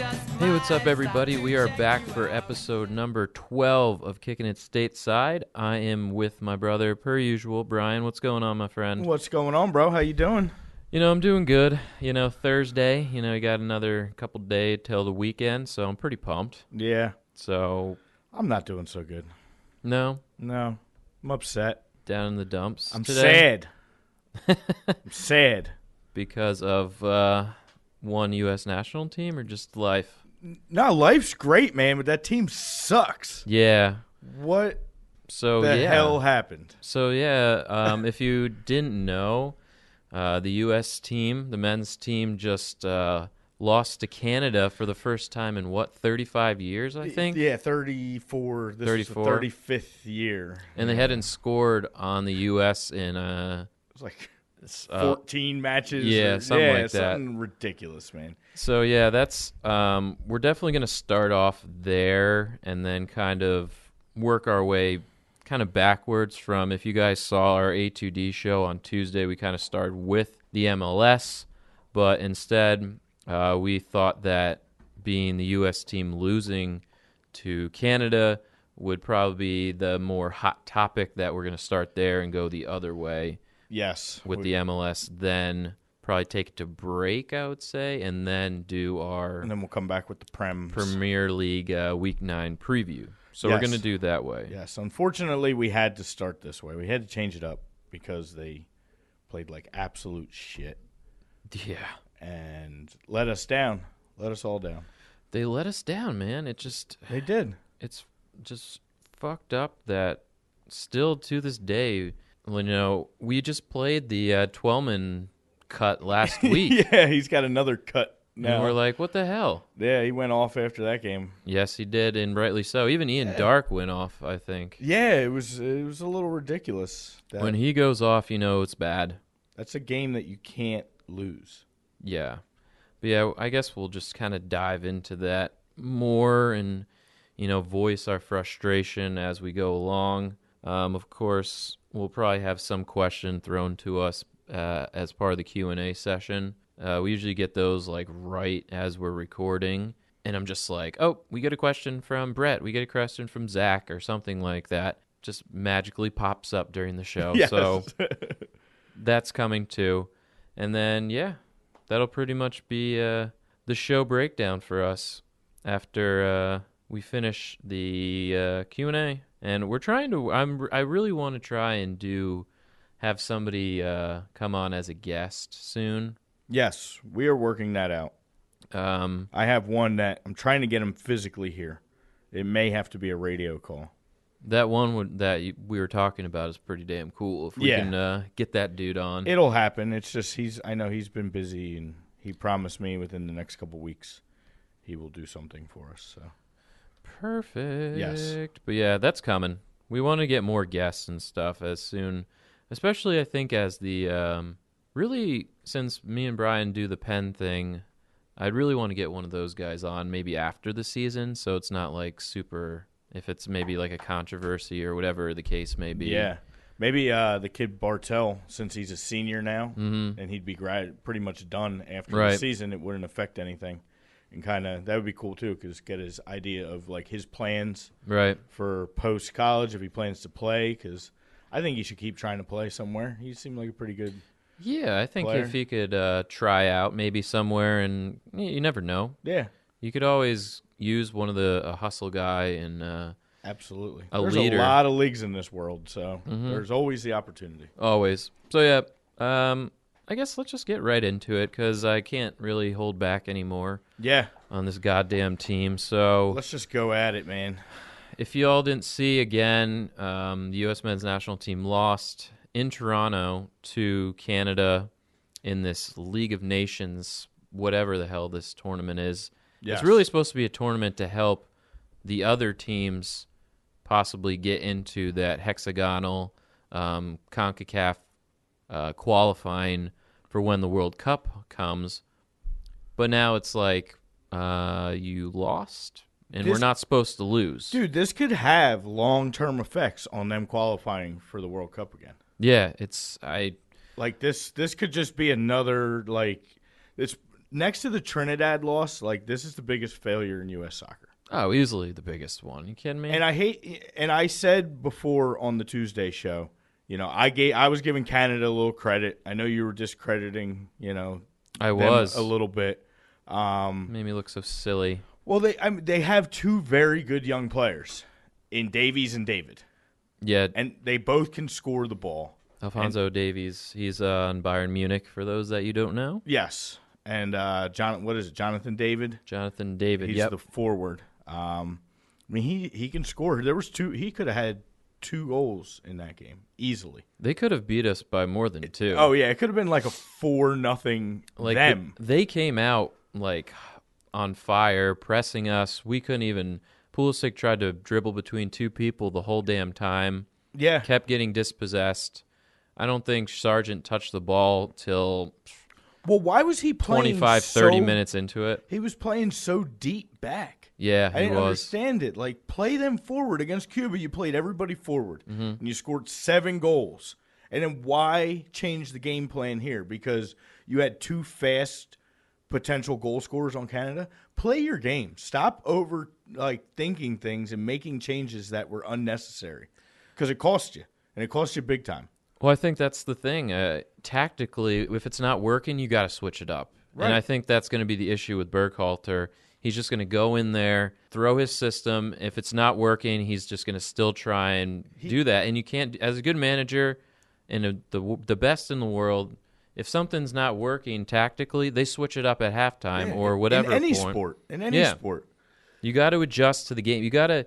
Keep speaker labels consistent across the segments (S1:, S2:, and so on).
S1: What's up, everybody? We are back for episode number 12 of Kicking It Stateside. I am with my brother, per usual. Brian, what's going on, my friend?
S2: What's going on, bro? How you doing?
S1: You know, I'm doing good. You know, Thursday, you know, I got another couple day till the weekend, so I'm pretty pumped.
S2: Yeah,
S1: So,
S2: I'm not doing so good.
S1: no,
S2: No, I'm upset.
S1: down in the dumps
S2: I'm
S1: today
S2: sad. I'm sad.
S1: because of uh, one U.S. national team or just life.
S2: No, life's great, man, but that team sucks.
S1: Yeah.
S2: What
S1: So,
S2: the
S1: Oh, yeah.
S2: hell happened?
S1: So yeah, um, if you didn't know, uh, the U.S. team, the men's team, just uh, lost to Canada for the first time in what 35 years, I think.
S2: Yeah, 34. This is the
S1: 34.
S2: 35th year.
S1: And they hadn't scored on the U.S. in uh,
S2: It's like
S1: s- uh,
S2: 14 matches.
S1: yeah,
S2: or-
S1: something
S2: yeah,
S1: like that.
S2: Something ridiculous, man.
S1: So yeah, that's um, we're definitely going to start off there and then kind of work our way kind of backwards from if you guys saw our A2D show on Tuesday, we kind of started with the MLS, but instead uh, we thought that being the U.S. team losing to Canada would probably be the more hot topic that we're going to start there and go the other way
S2: Yes.
S1: with the MLS, then probably take it to break, I would say, and then do our
S2: and then we'll come back with the prem.
S1: Premier League uh, Week 9 preview. So we're
S2: Yes.
S1: going to do that way.
S2: Yes, unfortunately, we had to start this way. We had to change it up because they played like absolute shit
S1: yeah.
S2: and let us down. Let us all down.
S1: They let us down, man. It just,
S2: They did.
S1: it's just fucked up that still to this day, you know, we just played the uh, Twelman cut last week.
S2: yeah, he's got another cut
S1: And
S2: now.
S1: we're like, what the hell?
S2: yeah, he went off after that game.
S1: Yes, he did, and rightly so. Even Ian Dark went off, I think.
S2: Yeah, it was it was a little ridiculous. That,
S1: When he goes off, you know it's bad.
S2: that's a game that you can't lose.
S1: Yeah. But yeah, I guess we'll just kind of dive into that more and, you know, voice our frustration as we go along. Um, of course, we'll probably have some question thrown to us uh, as part of the Q&A session. Uh, we usually get those like right as we're recording. And I'm just like, oh, we get a question from Brett. We get a question from Zach or something like that. Just magically pops up during the show. So that's coming too. And then yeah, that'll pretty much be uh, the show breakdown for us after uh, we finish the uh, Q and A. And we're trying to. I'm. I really want to try and do have somebody uh, come on as a guest soon.
S2: yes, we are working that out.
S1: Um,
S2: I have one that I'm trying to get him physically here. It may have to be a radio call.
S1: that one would, that you- we were talking about is pretty damn cool. If we
S2: Yeah.
S1: can uh, get that dude on,
S2: It'll happen. It's just he's. I know he's been busy, and he promised me within the next couple weeks he will do something for us. So
S1: Perfect. But yeah, that's coming. We want to get more guests and stuff as soon, especially I think as the um, really since me and Brian do the pen thing, I'd really want to get one of those guys on maybe after the season, so it's not like super if it's maybe like a controversy or whatever the case may be.
S2: yeah, maybe uh, the kid Bartel, since he's a senior now,
S1: hmm
S2: and he'd be grad, pretty much done after the
S1: Right.
S2: season. It wouldn't affect anything, and kind of that would be cool too, because get his idea of like his plans
S1: Right.
S2: for post college if he plans to play. Because I think he should keep trying to play somewhere. He seemed like a pretty good.
S1: Yeah, I think
S2: Player.
S1: if he could uh, try out maybe somewhere, and y- you never know,
S2: Yeah,
S1: you could always use one of the a hustle guy and. Uh,
S2: Absolutely.
S1: a
S2: There's
S1: leader. Mm-hmm.
S2: a lot of leagues in this world, so there's always the opportunity.
S1: Always. So yeah, um, I guess let's just get right into it because I can't really hold back anymore
S2: Yeah.
S1: on this goddamn team. So
S2: Let's just go at it, man.
S1: if you all didn't see again, um, the U.S. men's national team lost in Toronto to Canada in this League of Nations, whatever the hell this tournament is.
S2: Yes.
S1: It's really supposed to be a tournament to help the other teams possibly get into that hexagonal um, CONCACAF uh, qualifying for when the World Cup comes. But now it's like uh, you lost, and we're
S2: This-
S1: not supposed to lose.
S2: Dude, this could have long term effects on them qualifying for the World Cup again.
S1: Yeah, it's I.
S2: Like this this could just be another like it's next to the Trinidad loss, like this is the biggest failure in U.S. soccer.
S1: Oh, easily the biggest one. You kidding me?
S2: And I hate. And I said before on the Tuesday show, you know, I gave I was giving Canada a little credit. I know you were discrediting, you know,
S1: I
S2: them
S1: was.
S2: a little bit. Um,
S1: Made me look so silly.
S2: well, they I mean, they have two very good young players in Davies and David,
S1: Yeah,
S2: and they both can score the ball.
S1: Alfonso Davies. He's uh, on Bayern Munich. For those that you don't know,
S2: Yes, and uh, John, what is it, Jonathan David?
S1: Jonathan David.
S2: He's
S1: yep.
S2: the forward. Um, I mean, he he can score. There was two. He could have had two goals in that game easily.
S1: They could have beat us by more than two.
S2: Oh yeah, it could have been like a four nothing
S1: like
S2: them.
S1: th- they came out like on fire, pressing us. We couldn't even. Pulisic tried to dribble between two people the whole damn time.
S2: yeah,
S1: Kept getting dispossessed. I don't think Sargent touched the ball till
S2: Well, why was he playing
S1: 25,
S2: so-
S1: 30 minutes into it.
S2: He was playing so deep back.
S1: Yeah,
S2: I
S1: he
S2: didn't
S1: was.
S2: understand it. Like play them forward against Cuba. You played everybody forward,
S1: Mm-hmm.
S2: and you scored seven goals. And then why change the game plan here? Because you had two fast potential goal scorers on Canada. Play your game. Stop over like thinking things and making changes that were unnecessary, because it cost you, and it cost you big time.
S1: Well, I think that's the thing. Uh, tactically, if it's not working, you got to switch it up.
S2: Right.
S1: And I think that's going to be the issue with Burkhalter. He's just going to go in there, throw his system. If it's not working, he's just going to still try and do that. And you can't, as a good manager and a, the w- the best in the world, if something's not working tactically, they switch it up at halftime or
S2: In
S1: whatever.
S2: any
S1: point.
S2: sport, in any
S1: Yeah.
S2: sport.
S1: You got to adjust to the game. You got to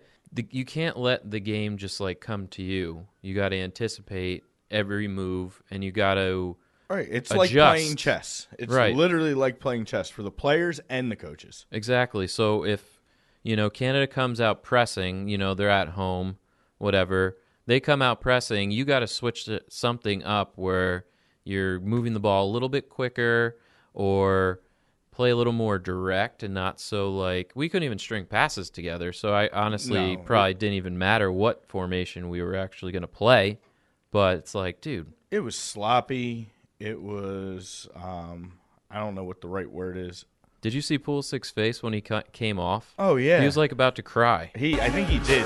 S1: you can't let the game just like come to you. You got to anticipate every move and you got to
S2: Right. It's like
S1: adjust.
S2: playing chess. It's
S1: Right.
S2: literally like playing chess for the players and the coaches.
S1: exactly. So if you know Canada comes out pressing, you know, they're at home, whatever. They come out pressing, you got to switch to something up where you're moving the ball a little bit quicker or play a little more direct and not so like we couldn't even string passes together. So I honestly
S2: No.
S1: probably didn't even matter what formation we were actually going to play, but it's like, dude,
S2: It was sloppy. It was um I don't know what the right word is.
S1: did you see Pulisic's face when he ca- came off?
S2: Oh yeah.
S1: He was like about to cry.
S2: he I think he did.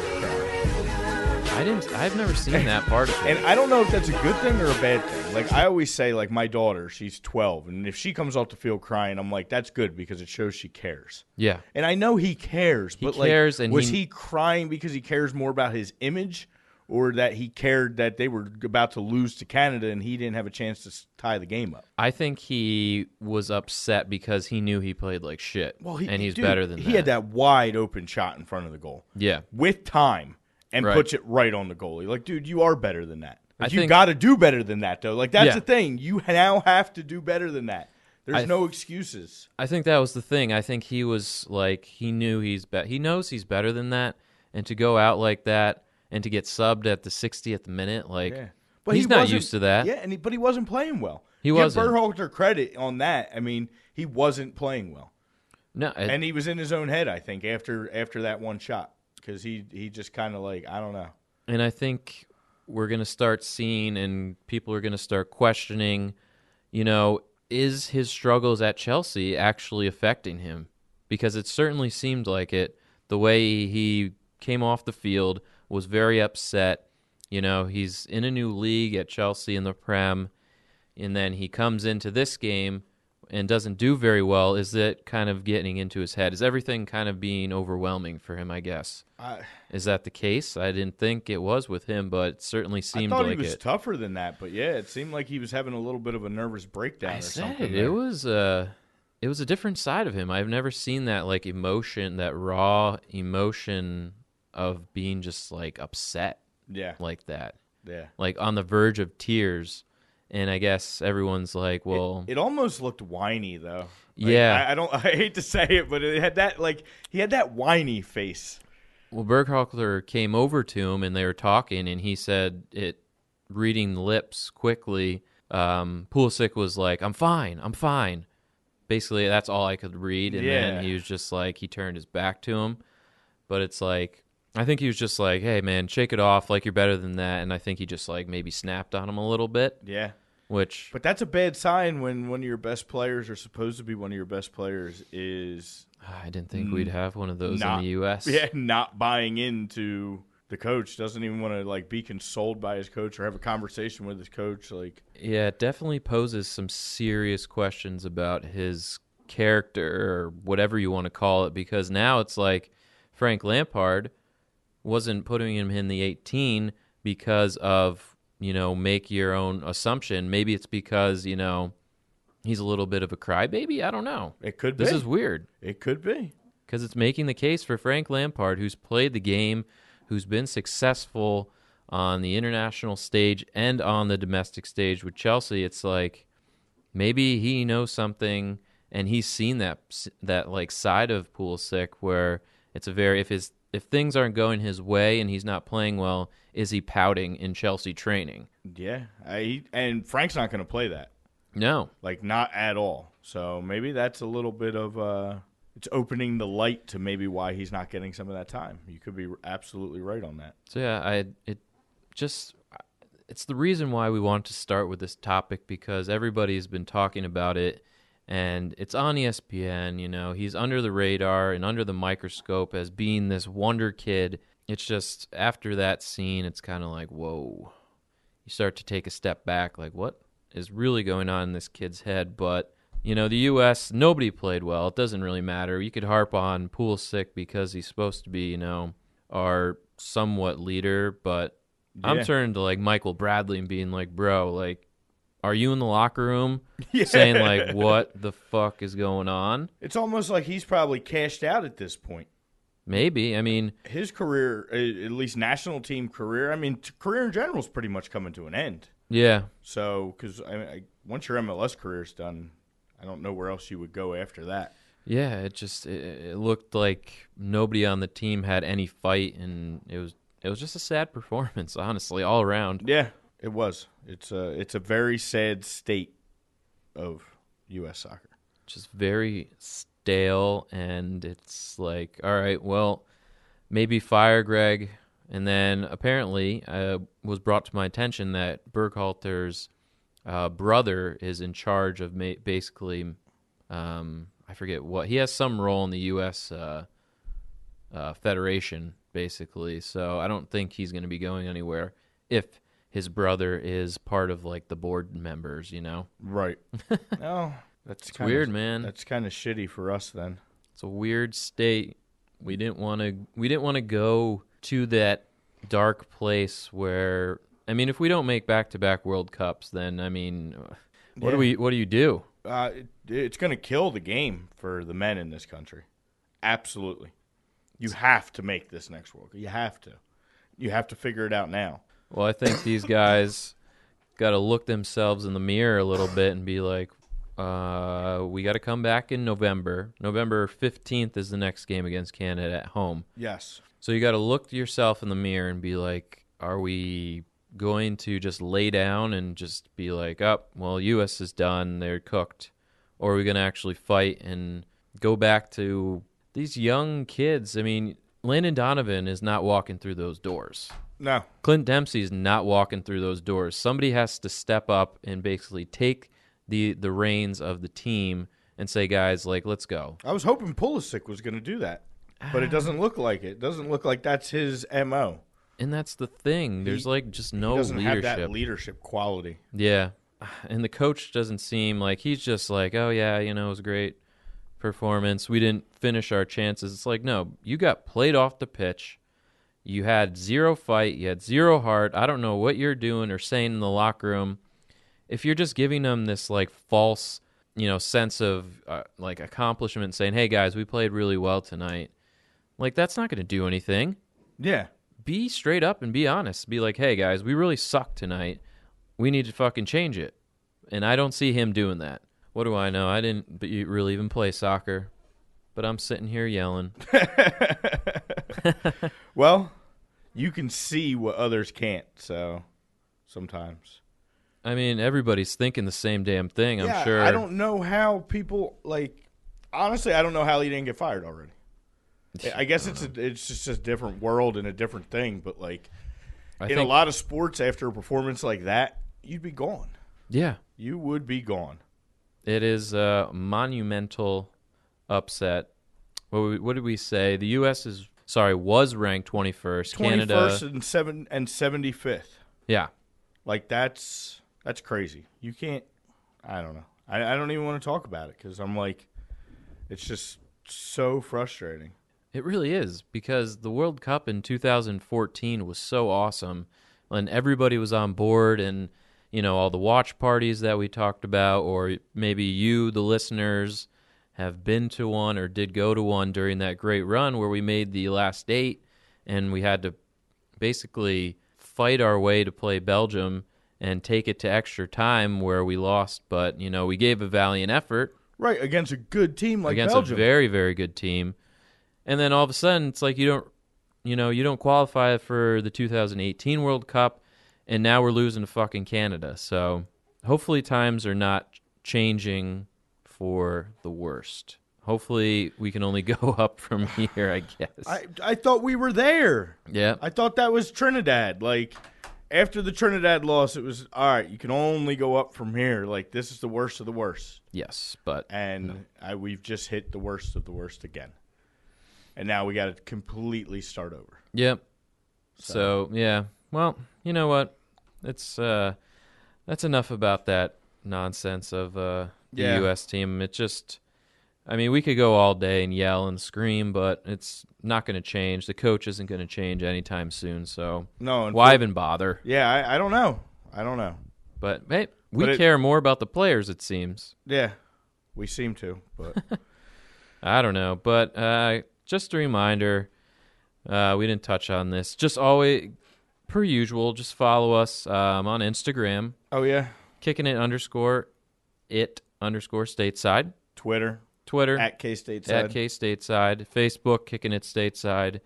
S1: I didn't I've never seen that part of it.
S2: And I don't know if that's a good thing or a bad thing. Like I always say like my daughter, she's 12 and if she comes off the field crying, I'm like that's good because it shows she cares.
S1: Yeah.
S2: And I know he cares, but
S1: cares
S2: like
S1: and
S2: was
S1: he-
S2: he crying because he cares more about his image or that he cared that they were about to lose to Canada and he didn't have a chance to s- tie the game up?
S1: I think he was upset because he knew he played like shit.
S2: Well, he,
S1: and he's
S2: dude,
S1: better than
S2: he
S1: that.
S2: had that wide open shot in front of the goal
S1: Yeah.
S2: with time and
S1: Right.
S2: puts it right on the goalie. Like, dude, you are better than that. Like,
S1: I
S2: you
S1: think-
S2: got to do better than that, though. Like that's
S1: Yeah.
S2: the thing. You now have to do better than that. There's
S1: I-
S2: no excuses.
S1: I think that was the thing. I think he was like he knew he's be- he knows he's better than that, and to go out like that and to get subbed at the 60th minute, like he's
S2: he
S1: not
S2: wasn't-
S1: used to that.
S2: Yeah, and he, but he wasn't playing well.
S1: He
S2: Give
S1: wasn't.
S2: Berhalter credit on that. I mean, he wasn't playing well,
S1: No, it-
S2: and he was in his own head. I think after after that one shot, because he he just kind of like I don't know.
S1: and I think we're gonna start seeing, and people are gonna start questioning. You know, is his struggles at Chelsea actually affecting him? Because it certainly seemed like it. The way he came off the field was very upset. You know, he's in a new league at Chelsea in the Prem, and then he comes into this game and doesn't do very well. Is it kind of getting into his head? Is everything kind of being overwhelming for him? I guess.
S2: I,
S1: Is that the case? I didn't think it was with him, but it certainly
S2: I
S1: seemed
S2: thought he
S1: like
S2: was
S1: it.
S2: tougher than that, but yeah, it seemed like he was having a little bit of a nervous breakdown
S1: I
S2: or
S1: said
S2: something.
S1: it,
S2: there.
S1: was a, it was a different side of him. I've never seen that like emotion, that raw emotion of being just like upset
S2: yeah,
S1: like that,
S2: yeah.
S1: like on the verge of tears. And I guess everyone's like, well,
S2: It almost looked whiny though. Like,
S1: Yeah.
S2: I, I don't. I hate to say it, but it had that like he had that whiny face.
S1: well, Berghalter came over to him and they were talking, and he said it, reading lips quickly. Um, Pulisic was like, "I'm fine, I'm fine." Basically, that's all I could read, and
S2: Yeah.
S1: then he was just like, he turned his back to him. But it's like, I think he was just like, "Hey, man, shake it off. Like you're better than that." And I think he just like maybe snapped on him a little bit
S2: Yeah,
S1: which
S2: But that's a bad sign when one of your best players or supposed to be one of your best players is
S1: I didn't think we'd have one of those
S2: not-
S1: in the U.S.
S2: Mm, yeah, not buying into the coach, doesn't even want to like be consoled by his coach or have a conversation with his coach like
S1: Yeah, it definitely poses some serious questions about his character or whatever you want to call it because now it's like Frank Lampard wasn't putting him in the 18 because of, you know, make your own assumption. Maybe it's because, you know, he's a little bit of a crybaby. I don't know.
S2: it could
S1: This
S2: be.
S1: is weird
S2: it could be.
S1: because it's making the case for Frank Lampard, who's played the game, who's been successful on the international stage and on the domestic stage with Chelsea. It's like maybe he knows something and he's seen that that like side of Pulisic where it's a very if his if things aren't going his way and he's not playing well, is he pouting in Chelsea training?
S2: Yeah. I and Frank's not going to play that.
S1: No.
S2: like not at all. So maybe that's a little bit of uh it's opening the light to maybe why he's not getting some of that time. You could be absolutely right on that.
S1: So yeah, I it just it's the reason why we want to start with this topic because everybody has been talking about it and it's on E ESPN, you know, he's under the radar and under the microscope as being this wonder kid. It's just after that scene it's kind of like, whoa. You start to take a step back like what is really going on in this kid's head, but you know, the US nobody played well. It doesn't really matter. You could harp on Pulisic because he's supposed to be, you know, our somewhat leader, but
S2: Yeah.
S1: I'm turning to like Michael Bradley and being like, bro, like, are you in the locker room saying like, what the fuck is going on?
S2: It's almost like he's probably cashed out at this point.
S1: Maybe. I mean,
S2: His career, a- at least national team career, I mean, t- career in general is pretty much coming to an end.
S1: yeah,
S2: So, because I, mean, I, once your MLS career's done, I don't know where else you would go after that.
S1: yeah. It just it, it looked like nobody on the team had any fight, and it was it was just a sad performance, honestly, all around.
S2: Yeah, it was. It's a it's a very sad state of U.S. soccer.
S1: Just very stale, and it's like, all right, well, maybe fire Greg. And then apparently, uh, was brought to my attention that Berghalter's uh, brother is in charge of ma- basically, um, I forget what he has some role in the U.S. Uh, uh, Federation, basically. So I don't think he's going to be going anywhere if his brother is part of like the board members. You know,
S2: Right. no, that's
S1: it's
S2: kinda-
S1: weird, man.
S2: That's kind of shitty for us then.
S1: it's a weird state. We didn't want to. We didn't want to go to that dark place where. I mean, if we don't make back-to-back World Cups, then I mean, what
S2: Yeah.
S1: do we? What do you do?
S2: Uh, it, it's going to kill the game for the men in this country. Absolutely. You have to make this next World Cup. You have to. You have to figure it out now.
S1: Well, I think these guys got to look themselves in the mirror a little bit and be like, uh, we got to come back in November. November fifteenth is the next game against Canada at home.
S2: Yes.
S1: So you got to look to yourself in the mirror and be like, are we going to just lay down and just be like, oh, well, U.S. is done, they're cooked, or are we going to actually fight and go back to these young kids? I mean, Landon Donovan is not walking through those doors.
S2: No.
S1: Clint Dempsey's not walking through those doors. Somebody has to step up and basically take the the reins of the team and say, guys, like, let's go.
S2: I was hoping Pulisic was going to do that, but it doesn't look like it. It doesn't look like that's his MO.
S1: And that's the thing. There's like just no
S2: He doesn't
S1: Oh, leadership.
S2: have that leadership quality.
S1: Yeah. And the coach doesn't seem like he's just like, oh, yeah, you know, it was a great performance. We didn't finish our chances. It's like, no, you got played off the pitch. You had zero fight. You had zero heart. I don't know what you're doing or saying in the locker room. If you're just giving them this like false, you know, sense of uh, like accomplishment, saying, hey, guys, we played really well tonight, like that's not going to do anything
S2: Yeah.
S1: be straight up and be honest. Be like, hey guys, we really suck tonight. We need to fucking change it. And I don't see him doing that. What do I know? I didn't b- you really even play soccer, but I'm sitting here yelling.
S2: Well, you can see what others can't, so sometimes.
S1: I mean, everybody's thinking the same damn thing. I'm
S2: yeah,
S1: sure.
S2: I don't know how people like. Honestly, I don't know how he didn't get fired already. I- I guess it's a, it's just a different world and a different thing. But like
S1: I
S2: in
S1: think
S2: a lot of sports, after a performance like that, you'd be gone.
S1: Yeah.
S2: you would be gone.
S1: It is a monumental upset. What, we, what did we say? The U.S. is sorry was ranked 21st.
S2: Twenty
S1: Canada,
S2: first and seven and seventy fifth.
S1: yeah,
S2: Like that's that's crazy. You can't. I don't know. I, I don't even want to talk about it because I'm like, it's just so frustrating.
S1: it really is because the World Cup in 2014 was so awesome, and everybody was on board, and you know all the watch parties that we talked about, or maybe you, the listeners, have been to one or did go to one during that great run where we made the last eight, and we had to basically fight our way to play Belgium and take it to extra time where we lost, but you know, we gave a valiant effort
S2: Right against a good team like
S1: against
S2: Belgium.
S1: a very very good team. And then all of a sudden it's like you don't you know, you don't qualify for the 2018 World Cup and now we're losing to fucking Canada. So hopefully times are not changing for the worst. Hopefully we can only go up from here, I guess.
S2: I I thought we were there.
S1: yeah.
S2: I thought that was Trinidad. Like after the Trinidad loss, it was all right. You can only go up from here. Like this is the worst of the worst,
S1: yes, but
S2: and I, we've just hit the worst of the worst again. And now we got to completely start over.
S1: Yep. So. yeah. Well, you know what? It's uh that's enough about that nonsense of uh the
S2: Yeah.
S1: US team. It just I mean, we could go all day and yell and scream, but it's not going to change. The coach isn't going to change anytime soon, so
S2: No, and
S1: why even bother?
S2: Yeah, I, I don't know. I don't know.
S1: But hey, we
S2: But it-
S1: care more about the players it seems.
S2: Yeah, we seem to, but
S1: I don't know, but uh, just a reminder, uh, we didn't touch on this. Just always, per usual, just follow us um, on Instagram,
S2: oh yeah,
S1: kicking it underscore it underscore stateside,
S2: Twitter
S1: Twitter
S2: at K State
S1: at
S2: side.
S1: K Stateside, Facebook kicking it stateside,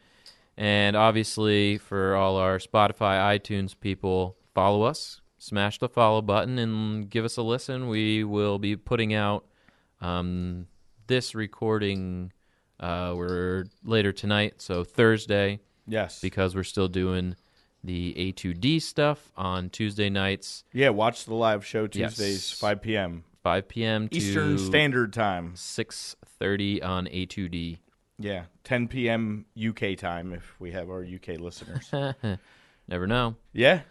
S1: and obviously for all our Spotify, iTunes people, follow us, smash the follow button, and give us a listen. We will be putting out um, this recording. Uh, we're later tonight, so Thursday
S2: yes,
S1: because we're still doing the A2D stuff on Tuesday nights,
S2: yeah. Watch the live show
S1: Yes.
S2: Tuesdays, five p.m.
S1: 5 p.m. to
S2: Eastern Standard Time.
S1: 6:30 on A2D.
S2: Yeah, 10 p.m. UK time if we have our UK listeners.
S1: Never know.
S2: yeah,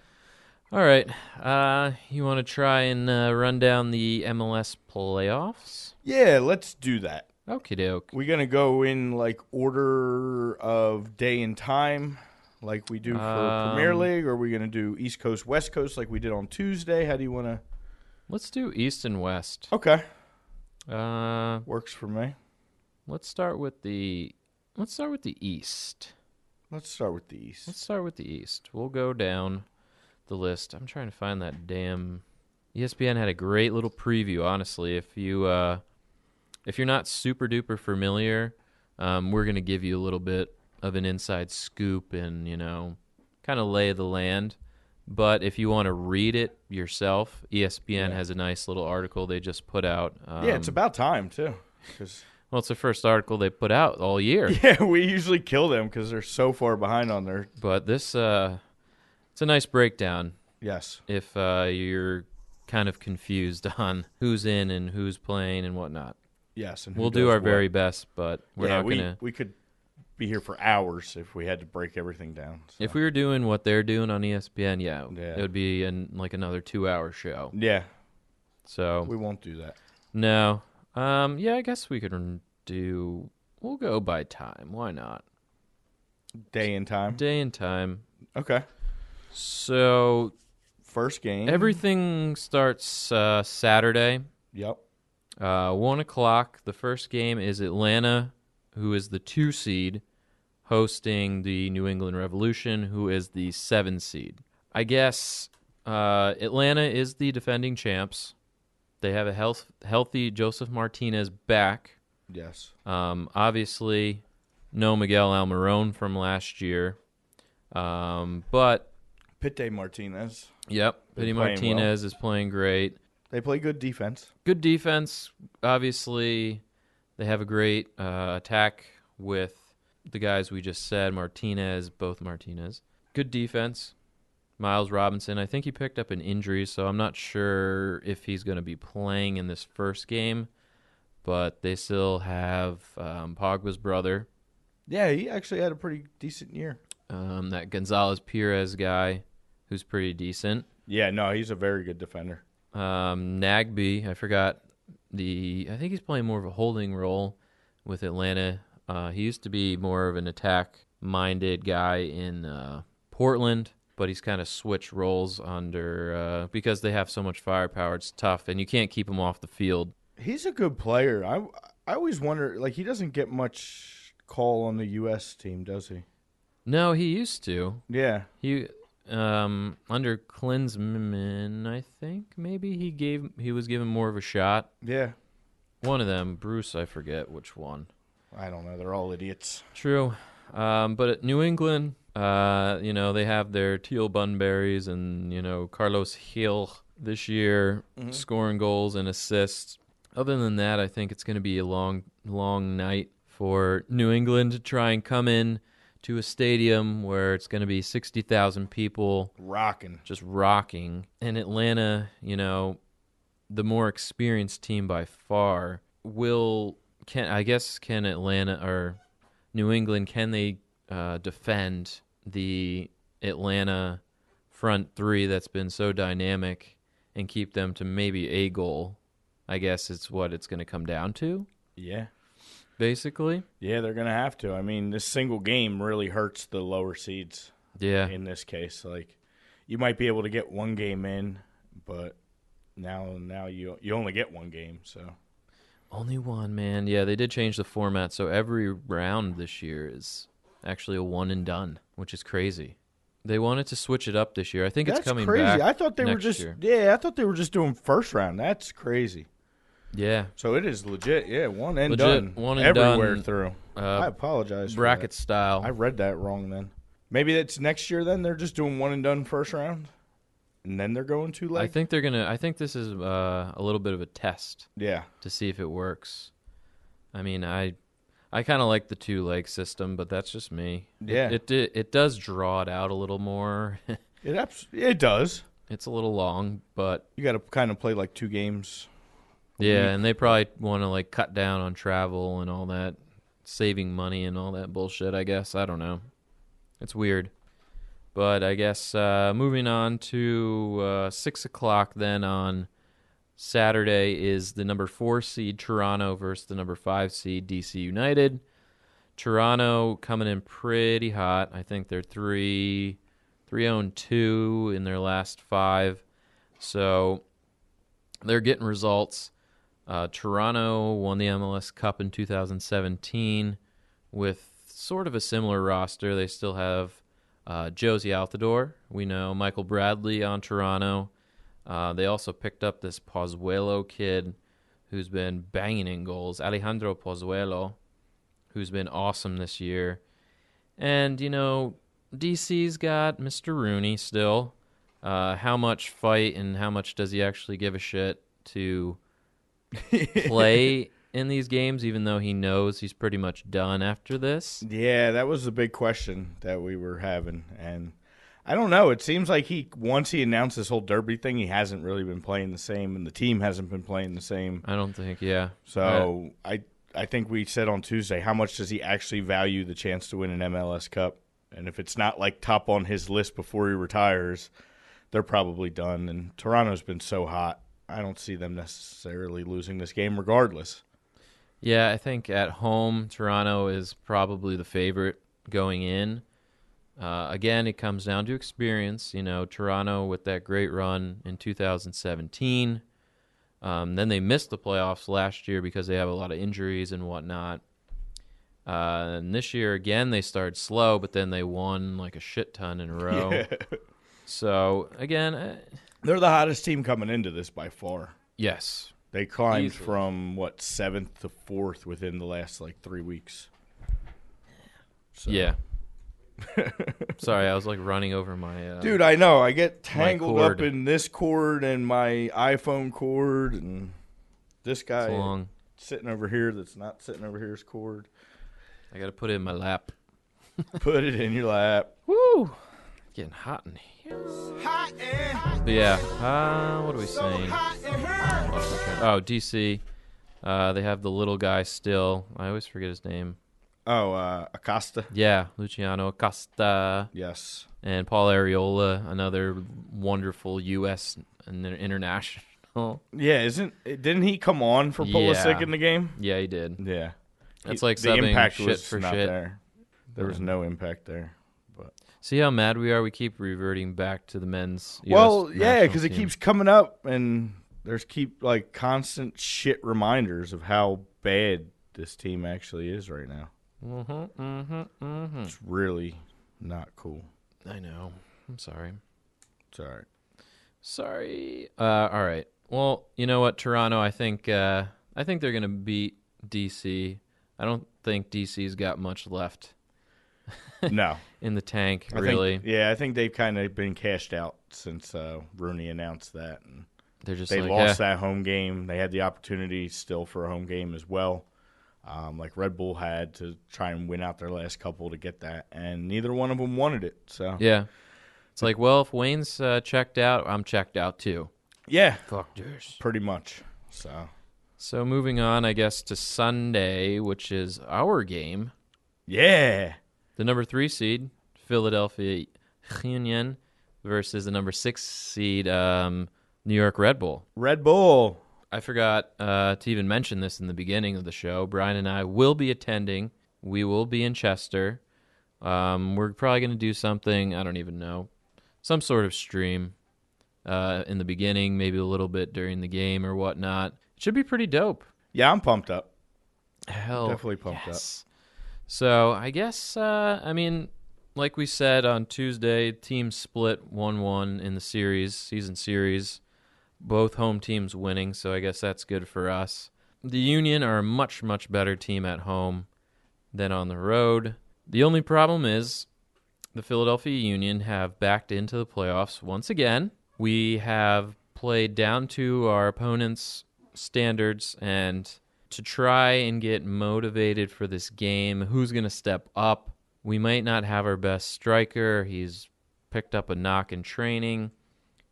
S1: All right. Uh, you want to try and uh, run down the MLS playoffs?
S2: yeah. Let's do that.
S1: Okie doke.
S2: We're gonna go in like order of day and time, like we do for Premier
S1: Um,
S2: League, or are we gonna do East Coast, West Coast, like we did on Tuesday? How do you wanna?
S1: Let's do East and West.
S2: Okay,
S1: Uh,
S2: works for me.
S1: let's start with the let's start with the East.
S2: Let's start with the East.
S1: Let's start with the East. We'll go down the list. I'm trying to find that damn E ESPN had a great little preview, honestly. If you uh if you're not super duper familiar, um, we're gonna give you a little bit of an inside scoop and, you know, kinda lay of the land. But if you want to read it yourself, E ESPN has a nice little article they just put out. Um,
S2: yeah, it's about time too, 'cause-
S1: well, it's the first article they put out all year.
S2: yeah, we usually kill them because they're so far behind on their
S1: But this, uh, it's a nice breakdown.
S2: yes.
S1: if uh, you're kind of confused on who's in and who's playing and whatnot.
S2: Yes, and who
S1: We'll do
S2: does
S1: our
S2: what.
S1: very best, but we're
S2: yeah,
S1: not
S2: we,
S1: gonna.
S2: we could be here for hours if we had to break everything down. so.
S1: If we were doing what they're doing on E ESPN, yeah,
S2: Yeah.
S1: it would be in like another two-hour show.
S2: yeah,
S1: So
S2: we won't do that.
S1: no, um, yeah, I guess we could do. We'll go by time. Why not?
S2: Day and time.
S1: Day and time.
S2: Okay.
S1: So
S2: First game.
S1: everything starts uh, Saturday.
S2: Yep.
S1: Uh, one o'clock. The first game is Atlanta, who is the two seed, hosting the New England Revolution, who is the seven seed. I guess uh, Atlanta is the defending champs. They have a health, healthy Joseph Martinez back.
S2: Yes.
S1: Um, obviously, no Miguel Almiron from last year. Um, but,
S2: Pite Martinez.
S1: yep,
S2: They're
S1: Pity
S2: playing
S1: Martinez is playing great.
S2: They play good defense.
S1: good defense. Obviously, they have a great uh, attack with the guys we just said Martinez, both Martinez. Good defense. Miles Robinson. I think he picked up an injury, so I'm not sure if he's going to be playing in this first game. But they still have um, Pogba's brother,
S2: Yeah, he actually had a pretty decent year.
S1: um, that Gonzalez Perez guy, who's pretty decent.
S2: Yeah, no, he's a very good defender.
S1: Um, Nagby, I forgot the. I think he's playing more of a holding role with Atlanta. Uh, he used to be more of an attack-minded guy in uh, Portland, but he's kind of switched roles under uh, because they have so much firepower. It's tough, and you can't keep him off the field.
S2: He's a good player. I I always wonder like he doesn't get much call on the US team, does he?
S1: No, he used to.
S2: Yeah.
S1: He um, under Klinsmann, I think maybe he gave he was given more of a shot.
S2: Yeah.
S1: One of them, Bruce, I forget which one.
S2: I don't know. They're all idiots.
S1: True. Um, but at New England, uh, you know, they have their Teal Bunberries and, you know, Carlos Hill this year scoring goals and assists. Other than that, I think it's going to be a long, long night for New England to try and come in to a stadium where it's going to be 60,000 people
S2: Rocking.
S1: just rocking. And Atlanta, you know, the more experienced team by far, will can I guess can Atlanta or New England can they uh, defend the Atlanta front three that's been so dynamic and keep them to maybe a goal? I guess it's what it's going to come down to,
S2: Yeah.
S1: basically.
S2: Yeah, they're gonna have to. I mean, this single game really hurts the lower seeds
S1: Yeah,
S2: in this case. Like, you might be able to get one game in, but now now you you only get one game. So
S1: only one man. Yeah, they did change the format, so every round this year is actually a one and done, which is crazy. They wanted to switch it up this year. I think it's coming back.
S2: I thought they were
S1: next
S2: just
S1: year.
S2: yeah. I thought they were just doing first round. That's crazy.
S1: yeah.
S2: So it is legit. Yeah, one and
S1: Legit,
S2: done.
S1: one and
S2: everywhere
S1: done,
S2: through. I
S1: Uh,
S2: apologize. for
S1: bracket
S2: that. I
S1: style.
S2: read that wrong then. Maybe that's next year. Then they're just doing one and done first round, and then they're going two
S1: I,
S2: legs.
S1: think they're gonna. I think this is uh, a little bit of a test
S2: yeah,
S1: to see if it works. I mean, I, I kind of like the two leg system, but that's just me. It-
S2: Yeah.
S1: It it, it does draw it out a little more.
S2: it abs- it does.
S1: it's a little long, but
S2: You got to kind of play like two games.
S1: Yeah, and they probably want to like cut down on travel and all that, saving money and all that bullshit. I guess I don't know. It's weird, but I guess uh, moving on to uh, six o'clock then on Saturday is the number four seed Toronto versus the number five seed DC United. Toronto coming in pretty hot. I think they're three, three and two in their last five, so they're getting results. Uh, Toronto won the MLS Cup in 2017 with sort of a similar roster. They still have uh, Josie Altador. We know Michael Bradley on Toronto. Uh, they also picked up this Pozuelo kid who's been banging in goals, Alejandro Pozuelo, who's been awesome this year. And, you know, DC's got Mr. Rooney still. Uh, how much fight and how much does he actually give a shit to play in these games, even though he knows he's pretty much done after this?
S2: Yeah, that was the big question that we were having, and I don't know. It seems like he once he announced this whole derby thing, he hasn't really been playing the same, and the team hasn't been playing the same.
S1: I don't think, yeah.
S2: So I I think we said on Tuesday how much does he actually value the chance to win an MLS Cup? And if it's not like top on his list before he retires, they're probably done. And Toronto's been so hot. I don't see them necessarily losing this game regardless.
S1: Yeah, I think at home Toronto is probably the favorite going in. Uh, again, it comes down to experience. You know, Toronto with that great run in 2017. Um, then they missed the playoffs last year because they have a lot of injuries and whatnot. Uh, and this year again, they started slow, but then they won like a shit ton in a row. So again, uh,
S2: They're the hottest team coming into this by far.
S1: yes,
S2: They climbed
S1: Easily.
S2: from what seventh to fourth within the last like three weeks. So-
S1: yeah. Sorry, I was like running over my uh,
S2: Dude, I know. I get tangled up
S1: cord.
S2: in this cord and my iPhone cord and this guy
S1: It's long.
S2: sitting over here that's not sitting over here's cord.
S1: I got to put it in my lap.
S2: Put it in your lap.
S1: Woo! Getting hot in here.
S3: Hot and hot,
S1: But yeah. Uh, what are we saying?
S3: hot and hot.
S1: Lost my train- Oh, DC. Uh, they have the little guy still. I always forget his name.
S2: Oh, uh, Acosta.
S1: Yeah, Luciano Acosta
S2: Yes.
S1: and Paul Areola, another wonderful U.S. and then international.
S2: Yeah, isn't didn't he come on for Pulisic
S1: Yeah.
S2: in the game?
S1: Yeah, he did.
S2: Yeah.
S1: That's
S2: He-
S1: like
S2: the
S1: subbing
S2: impact
S1: shit
S2: was
S1: for
S2: not
S1: shit.
S2: there. There was no impact there. But
S1: See how mad we are? We keep reverting back to the men's. US
S2: well, yeah,
S1: national
S2: because it
S1: team.
S2: keeps coming up, and there's keep like constant shit reminders of how bad this team actually is right now.
S1: Mhm, mhm, mhm.
S2: It's really not cool.
S1: I know. I'm sorry.
S2: It's all right.
S1: Sorry. Uh, all right. Well, you know what, Toronto. I think uh, I think they're gonna beat DC. I don't think DC's got much left
S2: No,
S1: in the tank,
S2: I think-
S1: really.
S2: yeah, I think they've kind of been cashed out since uh, Rooney announced that. And
S1: they're just
S2: they
S1: like,
S2: lost
S1: "Eh,
S2: that home game. They had the opportunity still for a home game as well. Um, like Red Bull had to try and win out their last couple to get that, and neither one of them wanted it. So
S1: Yeah. It's like, well, if Wayne's uh, checked out, I'm checked out too.
S2: yeah,
S1: Fuck this.
S2: pretty much. So
S1: So moving on, I guess, to Sunday, which is our game.
S2: yeah,
S1: The number three seed, Philadelphia Union, versus the number six seed, um, New York Red Bull.
S2: Red Bull.
S1: I forgot uh, to even mention this in the beginning of the show. Brian and I will be attending. We will be in Chester. Um, we're probably going to do something. I don't even know. Some sort of stream uh, in the beginning, maybe a little bit during the game or whatnot. It should be pretty dope.
S2: Yeah, I'm pumped up.
S1: Hell,
S2: Definitely pumped
S1: up. So I guess uh, I mean, like we said on Tuesday, teams split one-one in the series, season series. Both home teams winning, so I guess that's good for us. The Union are a much much better team at home than on the road. The only problem is the Philadelphia Union have backed into the playoffs once again. We have played down to our opponents' standards and to try and get motivated for this game, who's going to step up? We might not have our best striker. He's picked up a knock in training.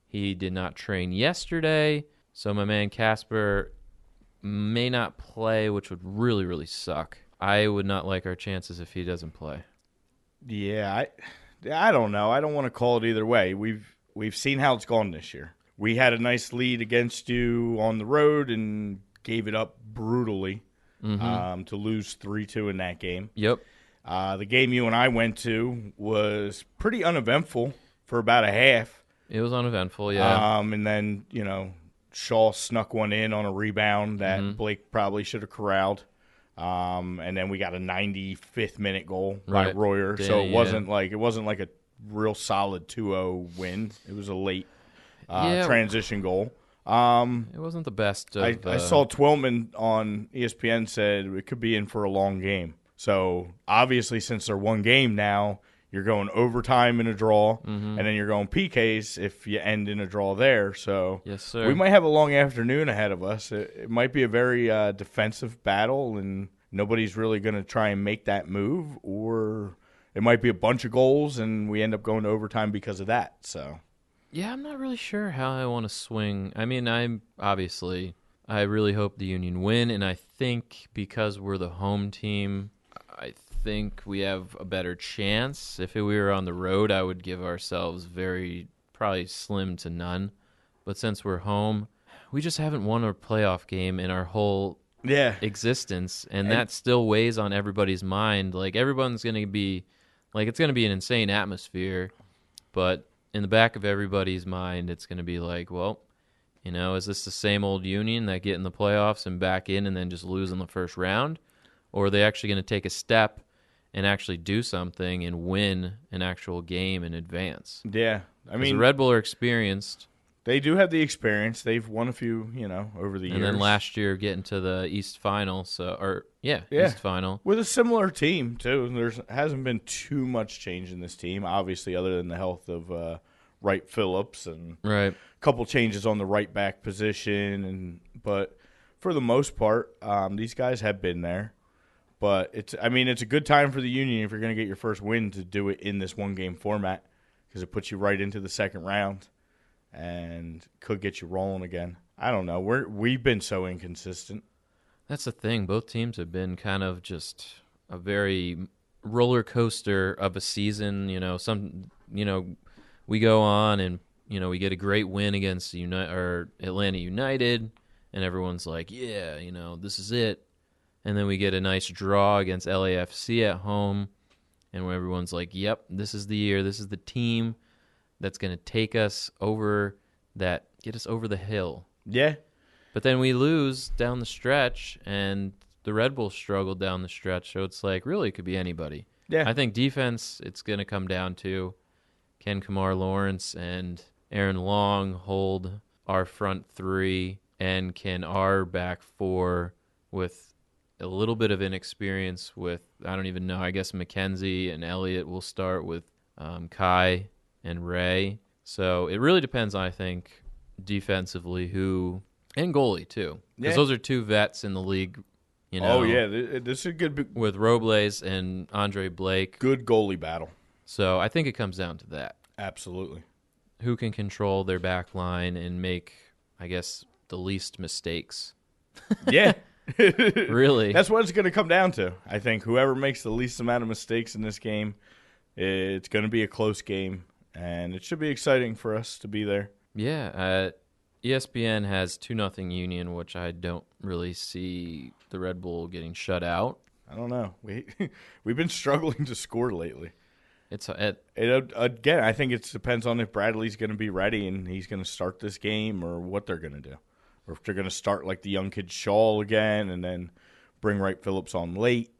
S1: He did not train yesterday. So my man Casper may not play, which would really, really suck. I would not like our chances if he doesn't play.
S2: Yeah, I, I don't know. I don't want to call it either way. We've we've seen how it's gone this year. We had a nice lead against you on the road and gave it up brutally um, to lose three two in that game.
S1: Yep.
S2: Uh, the game you and I went to was pretty uneventful for about a half.
S1: It was uneventful, yeah.
S2: Um, and then, you know, Shaw snuck one in on a rebound that
S1: Mm-hmm.
S2: Blake probably should have corralled. Um, and then we got a 95th minute goal by
S1: Right.
S2: Royer. so
S1: Danny,
S2: it
S1: yeah.
S2: wasn't like it wasn't like a real solid 2-0 win. It was a late uh,
S1: Yeah.
S2: transition goal. Um,
S1: it wasn't the best. Of,
S2: I, I
S1: uh,
S2: saw Twelman on E ESPN said it could be in for a long game. So obviously, since they're one game now, you're going overtime in a draw,
S1: Mm-hmm.
S2: and then you're going PKs if you end in a draw there. So
S1: Yes, sir.
S2: we might have a long afternoon ahead of us. It, it might be a very uh, defensive battle, and nobody's really going to try and make that move, or it might be a bunch of goals, and we end up going to overtime because of that. So
S1: Yeah, I'm not really sure how I want to swing. I mean, I'm obviously I really hope the Union win and I think because we're the home team, I think we have a better chance. If we were on the road, I would give ourselves very probably slim to none. But since we're home, we just haven't won a playoff game in our whole
S2: yeah,
S1: existence and, that still weighs on everybody's mind like everyone's going to be like it's going to be an insane atmosphere but in the back of everybody's mind it's going to be like well you know is this the same old union that get in the playoffs and back in and then just lose in the first round or are they actually going to take a step and actually do something and win an actual game in advance
S2: yeah. I
S1: 'Cause
S2: mean,
S1: the red bull are experienced
S2: They do have the experience. They've won a few, you know, over the years.
S1: and then last year getting to the east final so or yeah,
S2: Yeah.
S1: east final
S2: with a similar team too. There's hasn't been too much change in this team, obviously, other than the health of uh, Wright Phillips and
S1: right
S2: a couple changes on the right back position. And but for the most part, um, these guys have been there. But it's, I mean, it's a good time for the Union if you're going to get your first win to do it in this one game format because it puts you right into the second round and could get you rolling again. I don't know. We're we've been so inconsistent.
S1: That's the thing. Both teams have been kind of just a very roller coaster of a season. You know, some you know, we go on and you know we get a great win against the Uni- or Atlanta United, and everyone's like, yeah, you know, this is it. And then we get a nice draw against LAFC at home, and where everyone's like, yep, this is the year. This is the team that's going to take us over that, get us over the hill.
S2: Yeah.
S1: But then we lose down the stretch, and the Red Bulls struggled down the stretch. So it's like, really, it could be anybody.
S2: Yeah.
S1: I think defense, it's going to come down to can Kamar Lawrence and Aaron Long hold our front three, and can our back four with a little bit of inexperience with, I don't even know, I guess McKenzie and Elliott will start with um, Kai and Ray. So it really depends, I think, defensively who and goalie too, because
S2: Yeah.
S1: those are two vets in the league. You know,
S2: Oh yeah, th- this is a good
S1: with Robles and Andre Blake.
S2: good goalie battle.
S1: So I think it comes down to that.
S2: Absolutely.
S1: Who can control their back line and make, I guess, the least mistakes?
S2: Yeah.
S1: Really?
S2: That's what it's going to come down to. I think whoever makes the least amount of mistakes in this game, it's going to be a close game, and it should be exciting for us to be there.
S1: yeah. Uh, ESPN has two nothing Union, which I don't really see the Red Bull getting shut out.
S2: I don't know. We we've been struggling to score lately.
S1: It's uh, it,
S2: It uh, again. I think it depends on if Bradley's going to be ready and he's going to start this game, or what they're going to do, or if they're going to start like the young kid Shaw again, and then bring Wright Phillips on late.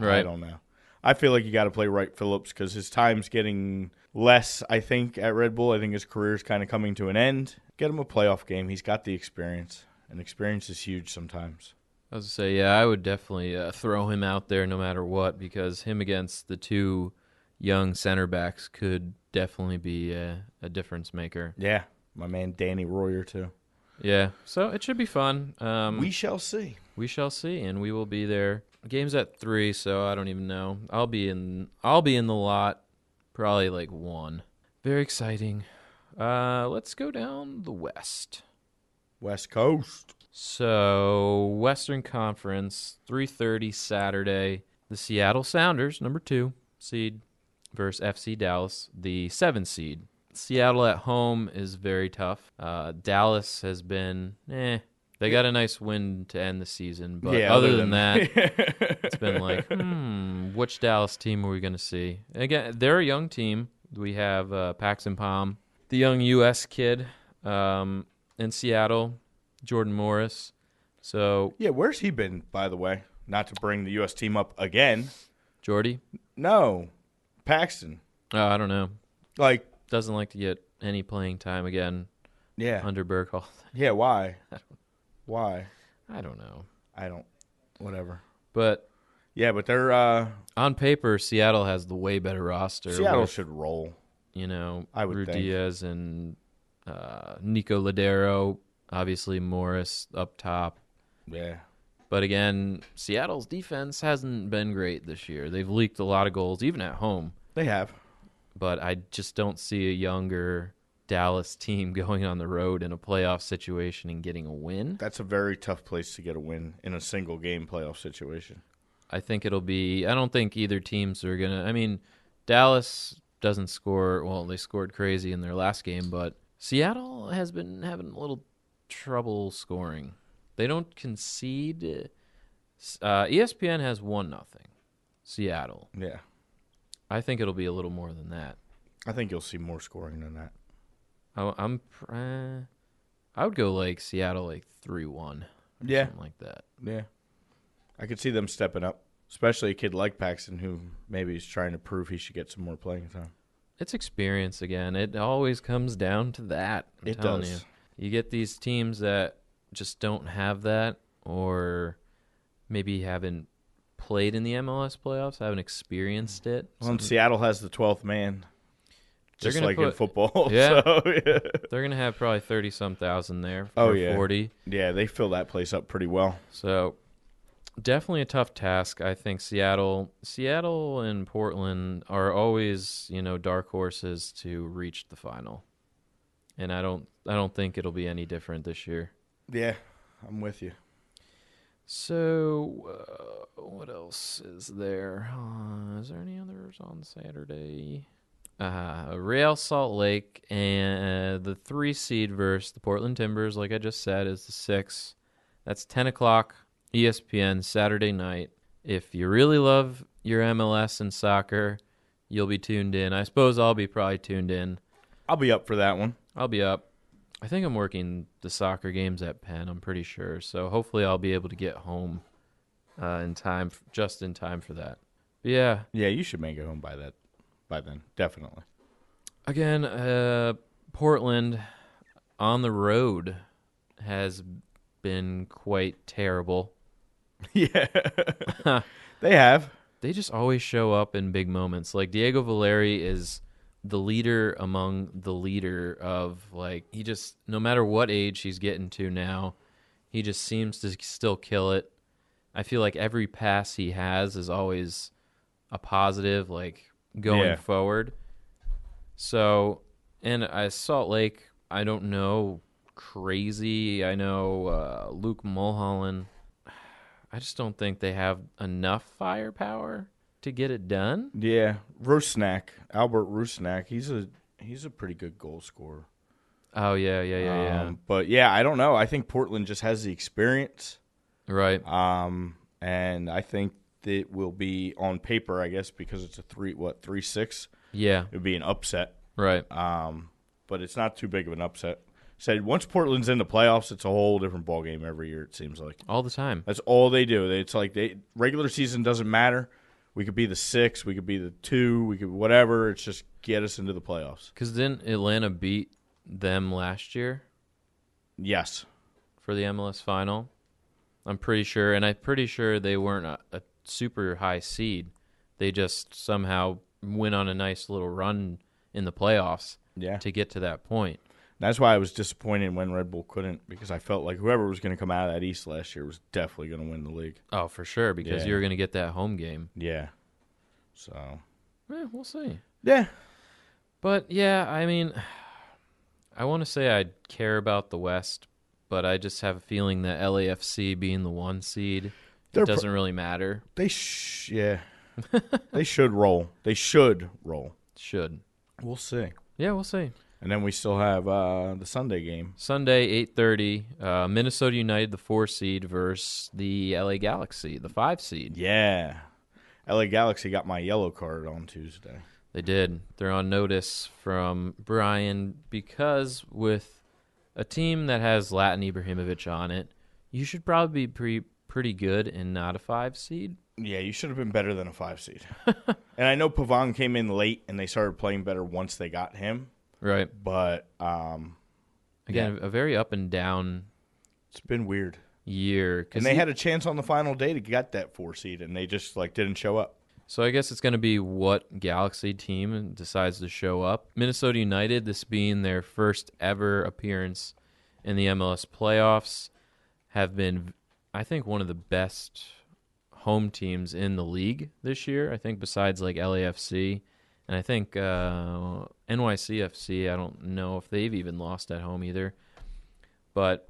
S2: I
S1: Right.
S2: don't know. I feel like you got to play Wright Phillips because his time's getting less. I think at Red Bull, I think his career's kind of coming to an end. Get him a playoff game. He's got the experience, and experience is huge sometimes.
S1: I was gonna say, yeah, I would definitely uh, throw him out there no matter what because him against the two young center backs could definitely be a, a difference maker.
S2: Yeah, my man Danny Royer too.
S1: Yeah, so it should be fun. Um,
S2: We shall see.
S1: we shall see, and we will be there. Game's at three, so I don't even know. I'll be in. I'll be in the lot, probably like one. Very exciting. Uh, let's go down the west.
S2: West Coast.
S1: So Western Conference, three thirty Saturday. The Seattle Sounders, number two seed, versus FC Dallas, the seven seed. Seattle at home is very tough. Uh, Dallas has been, eh. They got a nice win to end the season, but other, than, that, it's been like, hmm, which Dallas team are we going to see? And again, they're a young team. We have uh, Pax and Palm, the young U.S. kid um, in Seattle, Jordan Morris. So,
S2: yeah, where's he been, by the way? Not to bring the U.S. team up again.
S1: Jordy,
S2: No, Paxton.
S1: oh, I don't know.
S2: Like,
S1: Doesn't like to get any playing time again
S2: yeah,
S1: under Burkholz.
S2: yeah. Why? Why?
S1: I don't know.
S2: I don't. Whatever.
S1: But
S2: Yeah, but they're uh,
S1: on paper, Seattle has the way better roster.
S2: Seattle
S1: with,
S2: should roll.
S1: you know,
S2: I would
S1: Ruiz
S2: think.
S1: Diaz and uh, Nico Ladero, obviously Morris up top.
S2: Yeah.
S1: But again, Seattle's defense hasn't been great this year. They've leaked a lot of goals, even at home.
S2: They have.
S1: But I just don't see a younger Dallas team going on the road in a playoff situation and getting a win.
S2: That's a very tough place to get a win in a single game playoff situation.
S1: I think it'll be. I don't think either teams are gonna. I mean, Dallas doesn't score. Well, they scored crazy in their last game, but Seattle has been having a little trouble scoring. They don't concede. Uh, ESPN has one nothing. Seattle.
S2: Yeah.
S1: I think it'll be a little more than that.
S2: I think you'll see more scoring than that.
S1: I, I'm. pr- Uh, I would go like Seattle, like three one,
S2: Yeah.
S1: something like that.
S2: Yeah. I could see them stepping up, especially a kid like Paxton who maybe is trying to prove he should get some more playing time.
S1: It's experience again. It always comes down to that. I'm
S2: It
S1: telling
S2: does.
S1: you. You get these teams that just don't have that, or maybe haven't played in the MLS playoffs, haven't experienced it.
S2: Mm. Well, and Seattle has the 12th man,
S1: They're
S2: just
S1: gonna
S2: like in
S1: put-
S2: football.
S1: Yeah.
S2: So, yeah.
S1: They're gonna have probably thirty some thousand there.
S2: Oh,
S1: or
S2: yeah.
S1: forty.
S2: yeah, they fill that place up pretty well.
S1: So definitely a tough task. I think Seattle, Seattle and Portland are always, you know, dark horses to reach the final. And I don't I don't think it'll be any different this year.
S2: Yeah, I'm with you.
S1: So, uh, what else is there? Uh, is there any others on Saturday? Uh, Real Salt Lake and uh, the three seed versus the Portland Timbers, like I just said, is the six. That's 10 o'clock E ESPN Saturday night. If you really love your MLS and soccer, you'll be tuned in. I suppose I'll be probably tuned in.
S2: I'll be up for that one.
S1: I'll be up. I think I'm working the soccer games at Penn. I'm pretty sure. So hopefully I'll be able to get home uh, in time, just in time for that. But yeah.
S2: Yeah, you should make it home by that by then, definitely.
S1: Again, uh, Portland on the road has been quite terrible.
S2: yeah. they have.
S1: They just always show up in big moments. Like Diego Valeri is the leader among the leader of like he just no matter what age he's getting to now, he just seems to still kill it. I feel like every pass he has is always a positive, like going
S2: Yeah.
S1: forward. So, and I Salt Lake, I don't know crazy. I know uh, Luke Mulholland. I just don't think they have enough firepower to get it done.
S2: Yeah. Rusnak, Albert Rusnak, he's a he's a pretty good goal scorer.
S1: Oh yeah, yeah, yeah, yeah.
S2: Um, but yeah, I don't know. I think Portland just has the experience.
S1: right.
S2: Um, and I think it will be on paper, I guess, because it's a three what, three six.
S1: yeah.
S2: It would be an upset.
S1: Right.
S2: Um, but it's not too big of an upset. Said once Portland's in the playoffs, it's a whole different ballgame every year, it seems like.
S1: All the time.
S2: That's all they do. They- It's like they regular season doesn't matter. We could be the six, we could be the two, we could whatever. It's just get us into the playoffs.
S1: Because didn't Atlanta beat them last year
S2: Yes.
S1: for the MLS final? I'm pretty sure, and I'm pretty sure they weren't a, a super high seed. They just somehow went on a nice little run in the playoffs
S2: Yeah.
S1: to get to that point.
S2: That's why I was disappointed when Red Bull couldn't because I felt like whoever was going to come out of that East last year was definitely going to win the league.
S1: Oh, for sure, because
S2: Yeah.
S1: you were going to get that home game.
S2: Yeah. So,
S1: Eh, we'll see.
S2: yeah.
S1: But yeah, I mean, I want to say I care about the West, but I just have a feeling that LAFC being the one seed
S2: They're
S1: it
S2: pro-
S1: doesn't really matter.
S2: They sh- yeah. they should roll. They should roll.
S1: Should
S2: We'll see.
S1: yeah, we'll see.
S2: And then we still have uh, the Sunday game.
S1: Sunday, eight thirty. Uh, Minnesota United, the four seed, versus the LA Galaxy, the five seed.
S2: Yeah. LA Galaxy got my yellow card on Tuesday.
S1: They did. They're on notice from Brian because with a team that has Latin Ibrahimovic on it, you should probably be pre- pretty good and not a five seed.
S2: Yeah, you should have been better than a five seed. and I know Pavon came in late and they started playing better once they got him,
S1: Right.
S2: but um,
S1: Again, a very up and down
S2: it's been weird.
S1: year. 'cause
S2: And they
S1: he-
S2: had a chance on the final day to get that four seed and they just like didn't show up.
S1: So I guess it's going to be what Galaxy team decides to show up. Minnesota United, this being their first ever appearance in the MLS playoffs, have been, I think, one of the best home teams in the league this year. I think besides like LAFC, and I think uh, NYCFC. I don't know if they've even lost at home either, but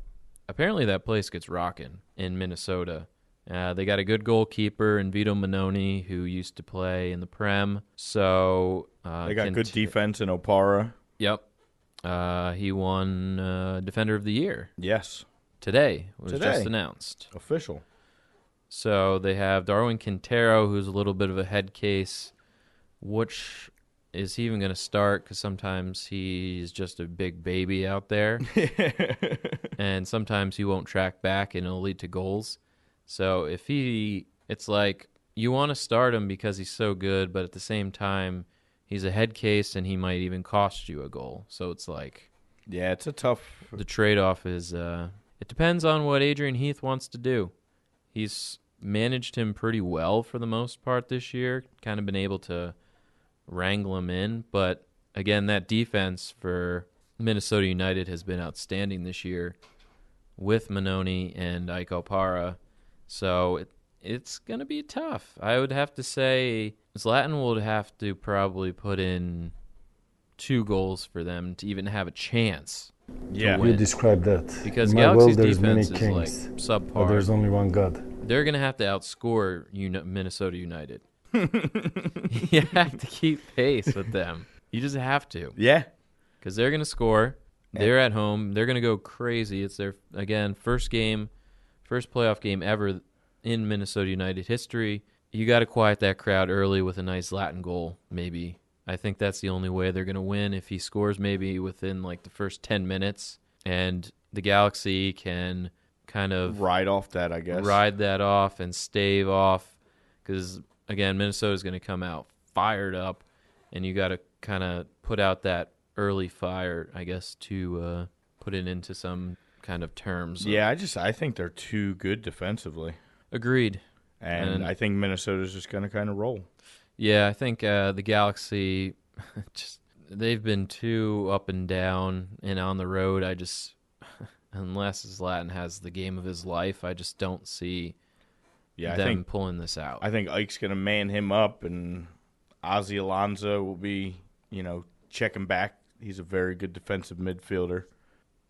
S1: apparently that place gets rocking in Minnesota. Uh, they got a good goalkeeper in Vito Minoni, who used to play in the Prem. So uh,
S2: They got good
S1: conti-
S2: defense in Opara.
S1: Yep, uh, he won uh, Defender of the Year
S2: Yes,
S1: today. It was
S2: Today.
S1: just announced.
S2: official.
S1: So they have Darwin Quintero, who's a little bit of a head case. Which is he even going to start? Because sometimes he's just a big baby out there, and sometimes he won't track back, and it'll lead to goals. So if he, it's like you want to start him because he's so good, but at the same time, he's a head case, and he might even cost you a goal. So it's like
S2: Yeah, it's a tough.
S1: the trade-off is uh, it depends on what Adrian Heath wants to do. He's managed him pretty well for the most part this year, kind of been able to wrangle him in, but again, that defense for Minnesota United has been outstanding this year with Manoni and Ike Opara. So it, it's going to be tough. I would have to say Zlatan would have to probably put in two goals for them to even have a chance.
S2: Yeah.
S1: win.
S4: You describe that.
S1: Because
S4: In my world,
S1: Galaxy's
S4: there's many
S1: defense is like
S4: kings, but
S1: subpar.
S4: there's only one God.
S1: They're going to have to outscore Uni- Minnesota United. you have to keep pace with them. You just have to
S2: Yeah.
S1: because they're going to score. They're at home. They're going to go crazy. It's their again first game, first playoff game ever in Minnesota United history. You got to quiet that crowd early with a nice Latin goal, maybe. I think that's the only way they're going to win if he scores maybe within like the first 10 minutes and the Galaxy can kind of
S2: Right off that, I guess.
S1: ride that off and stave off because again minnesota's going to come out fired up and you got to kind of put out that early fire i guess to uh, put it into some kind of terms
S2: Yeah, I just I think they're too good defensively,
S1: agreed
S2: and,
S1: And-
S2: I think Minnesota's just going to kind of roll.
S1: yeah i think uh, the galaxy just they've been too up and down and on the road i just unless Zlatan has the game of his life i just don't see
S2: Yeah, I
S1: them
S2: think
S1: pulling this out
S2: I think Ike's going to man him up, and Ozzy Alonso will be you know checking back. He's a very good defensive midfielder.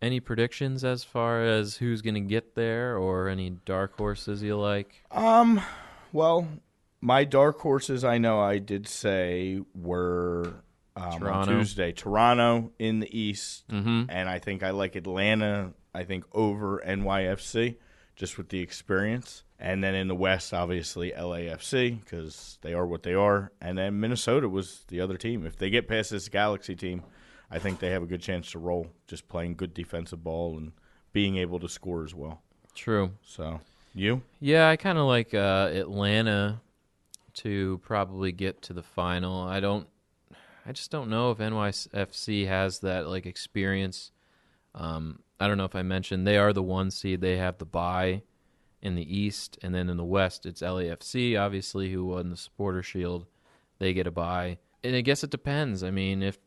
S1: Any predictions as far as who's going to get there or any dark horses you like?
S2: Um, well, my dark horses I know I did say were um, on
S1: Toronto.
S2: Tuesday Toronto in the East,
S1: Mhm.
S2: and I think I like Atlanta. I think over NYFC just with the experience, and then in the West, obviously LAFC because they are what they are, and then Minnesota was the other team. If they get past this Galaxy team, I think they have a good chance to roll. Just playing good defensive ball and being able to score as well.
S1: True.
S2: So you.
S1: Yeah, I kind of like uh, Atlanta to probably get to the final. I don't. I just don't know if NYFC has that like experience. Um, I don't know if I mentioned they are the one seed. They have the bye in the East, and then in the West, it's LAFC, obviously, who won the Supporter Shield. They get a bye, and I guess it depends. I mean, if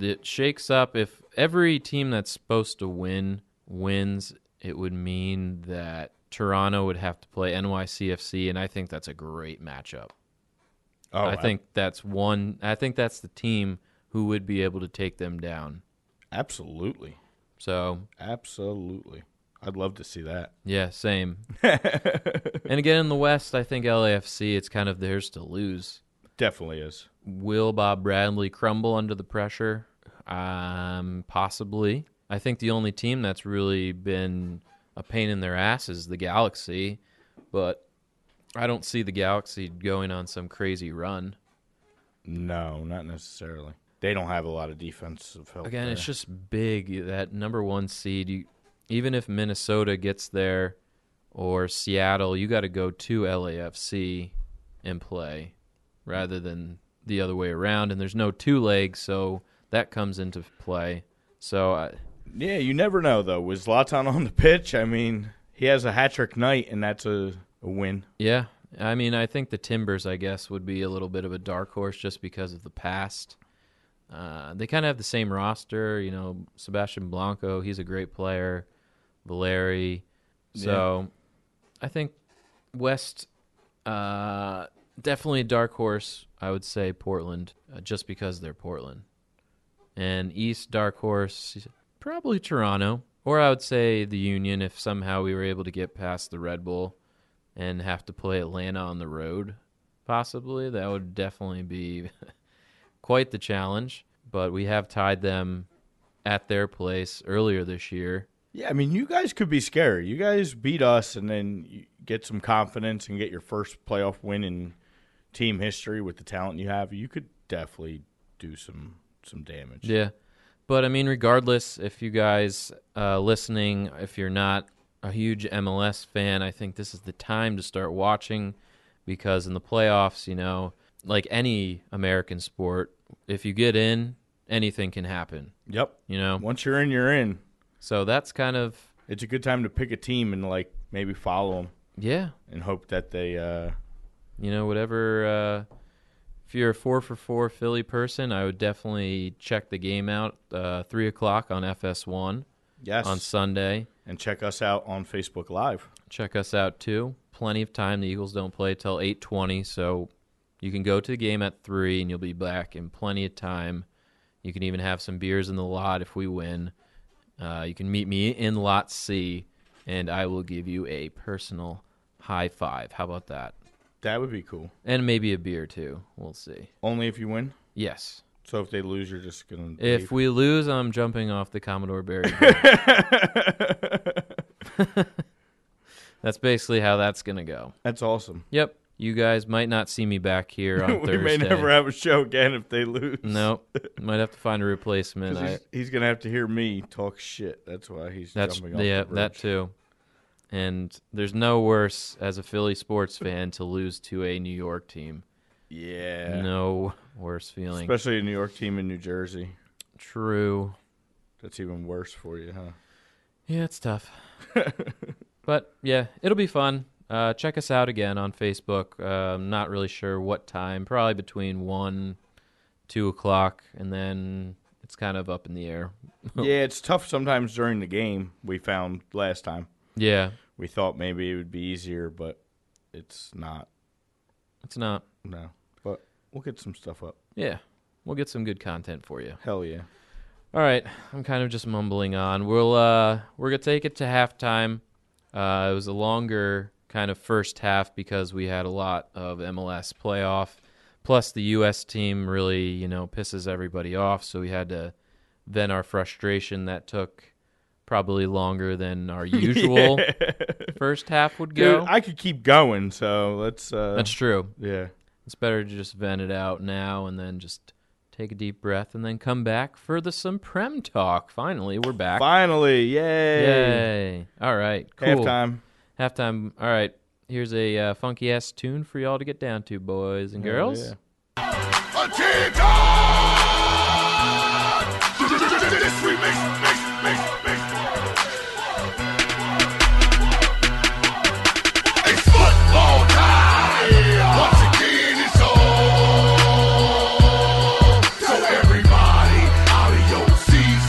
S1: it shakes up, if every team that's supposed to win wins, it would mean that Toronto would have to play NYCFC, and I think that's a great matchup.
S2: Oh,
S1: I think that's one. I think that's the team who would be able to take them down.
S2: Absolutely.
S1: So
S2: Absolutely. I'd love to see that.
S1: yeah, same. and again, in the West, I think LAFC. It's kind of theirs to lose.
S2: Definitely is.
S1: Will Bob Bradley crumble under the pressure? Um, possibly. I think the only team that's really been a pain in their ass is the Galaxy, but I don't see the Galaxy going on some crazy run.
S2: No, not necessarily. They don't have a lot of defensive help.
S1: Again, it's
S2: there.
S1: just big that number one seed. You, even if Minnesota gets there or Seattle, you got to go to LAFC and play rather than the other way around. And there's no two legs, so that comes into play. So I,
S2: yeah, you never know though. With Zlatan on the pitch, I mean, he has a hat trick night, and that's a, a win.
S1: yeah, I mean, I think the Timbers, I guess, would be a little bit of a dark horse just because of the past. Uh, they kind of have the same roster, you know. Sebastian Blanco, he's a great player. Valeri, so I think West uh, definitely a dark horse. I would say Portland, uh, just because they're Portland, and East dark horse probably Toronto, or I would say the Union if somehow we were able to get past the Red Bull and have to play Atlanta on the road. Possibly that would definitely be quite the challenge. But we have tied them at their place earlier this year.
S2: Yeah, I mean, you guys could be scary. You guys beat us, and then you get some confidence and get your first playoff win in team history with the talent you have. You could definitely do some some damage.
S1: Yeah. But I mean, regardless, if you guys uh, listening, if you're not a huge MLS fan, I think this is the time to start watching because in the playoffs, you know, like any American sport, if you get in, anything can happen,
S2: Yep.
S1: you know?
S2: Once you're in, you're in.
S1: So that's kind of,
S2: It's a good time to pick a team and like maybe follow them.
S1: yeah,
S2: and hope that they uh
S1: you know, whatever. Uh, if you're a four for four Philly person, I would definitely check the game out uh, three o'clock on FS1.
S2: Yes.
S1: on Sunday.
S2: and check us out on Facebook Live.
S1: Check us out too. Plenty of time. The Eagles don't play till 8:20, so you can go to the game at 3 and you'll be back in plenty of time. You can even have some beers in the lot if we win. Uh, you can meet me in lot C and I will give you a personal high five. How about that?
S2: That would be cool.
S1: And maybe a beer too. We'll see.
S2: Only if you win.
S1: Yes.
S2: So if they lose, you're just gonna.
S1: If
S2: leave.
S1: we lose, I'm jumping off the Commodore Barry. that's basically how that's gonna go.
S2: that's awesome.
S1: Yep. You guys might not see me back here on
S2: we
S1: Thursday.
S2: may never have a show again if they lose.
S1: no, might have to find a
S2: 'Cause
S1: replacement. I,
S2: he's, he's gonna have to hear me talk shit. That's why he's
S1: that's
S2: jumping off.
S1: yeah,
S2: the
S1: that
S2: bridge.
S1: too. And there's no worse as a Philly sports fan to lose to a New York team.
S2: Yeah.
S1: No worse feeling.
S2: Especially a New York team in New Jersey.
S1: True.
S2: That's even worse for you, huh?
S1: Yeah, it's tough. but yeah, it'll be fun. Uh, check us out again on Facebook. Uh, I'm not really sure what time, probably between 1, 2 o'clock, and then it's kind of up in the air.
S2: yeah, it's tough sometimes during the game. We found last time.
S1: Yeah,
S2: We thought maybe it would be easier, but it's not.
S1: it's not.
S2: No, but we'll get some stuff up.
S1: Yeah, we'll get some good content for you.
S2: Hell yeah.
S1: All right, I'm kind of just mumbling on. We'll uh, we're gonna take it to halftime. Uh, it was a longer kind of first half because we had a lot of MLS playoff. Plus, the U.S. team really you know pisses everybody off, so we had to vent our frustration. That took probably longer than our usual first half would
S2: Dude,
S1: go.
S2: I could keep going, so let's. Uh,
S1: That's true.
S2: yeah.
S1: It's better to just vent it out now and then just take a deep breath and then come back for the some prem talk. Finally, we're back.
S2: Finally, yay!
S1: Yay. All right. Cool.
S2: Halftime.
S1: Halftime. All right. Here's a uh, funky ass tune for y'all to get down to, boys and girls.
S2: yeah.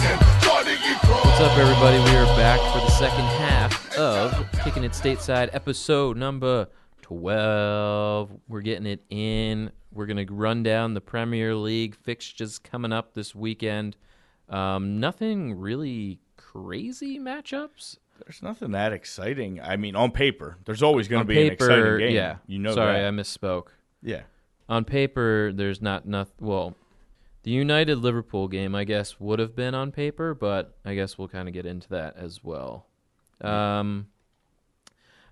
S1: What's up, everybody? We are back for the second half of Kicking It Stateside, episode number 12. We're getting it in. We're going to run down the Premier League fixtures coming up this weekend. Um, nothing really crazy matchups.
S2: There's nothing that exciting. I mean, on paper, there's always going to be an
S1: Paper,
S2: exciting game.
S1: yeah.
S2: you know
S1: Sorry,
S2: that.
S1: I misspoke.
S2: yeah,
S1: on paper, there's not nothing. Well, the United Liverpool game, I guess, would have been on paper, but I guess we'll kind of get into that as well. Um,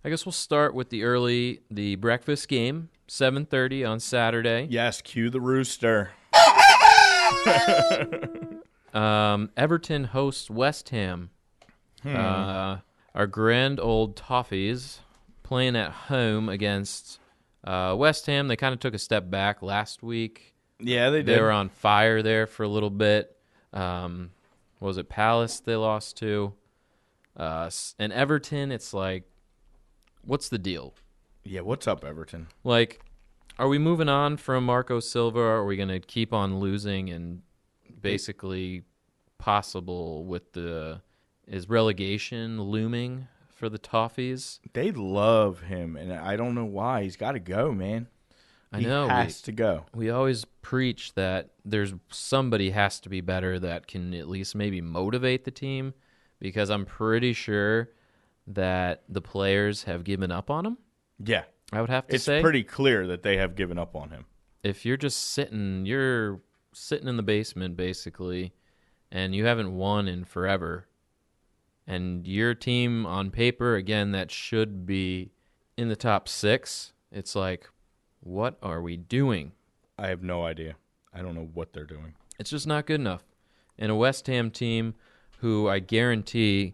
S1: I guess we'll start with the early, the breakfast game, seven thirty on Saturday.
S2: yes. Cue the rooster.
S1: Um, Everton hosts West Ham. Uh, our grand old Toffees playing at home against uh, West Ham. They kind of took a step back last week.
S2: Yeah, they did.
S1: they were on fire there for a little bit. Um, what was it Palace they lost to? Uh, s- and Everton, it's like, what's the deal?
S2: yeah, what's up, Everton?
S1: Like, are we moving on from Marco Silva? Or are we going to keep on losing and basically possible with the is relegation looming for the Toffees?
S2: They love him, and I don't know why. He's got to go, man.
S1: I
S2: he
S1: know we-
S2: has to go.
S1: we always preach that there's somebody has to be better that can at least maybe motivate the team because I'm pretty sure that the players have given up on him.
S2: Yeah,
S1: I would have to
S2: it's
S1: say
S2: pretty clear that they have given up on him.
S1: if you're just sitting, you're sitting in the basement basically and you haven't won in forever and your team on paper again that should be in the top 6, it's like what are we doing?
S2: I have no idea. I don't know what they're doing.
S1: It's just not good enough. And a West Ham team who I guarantee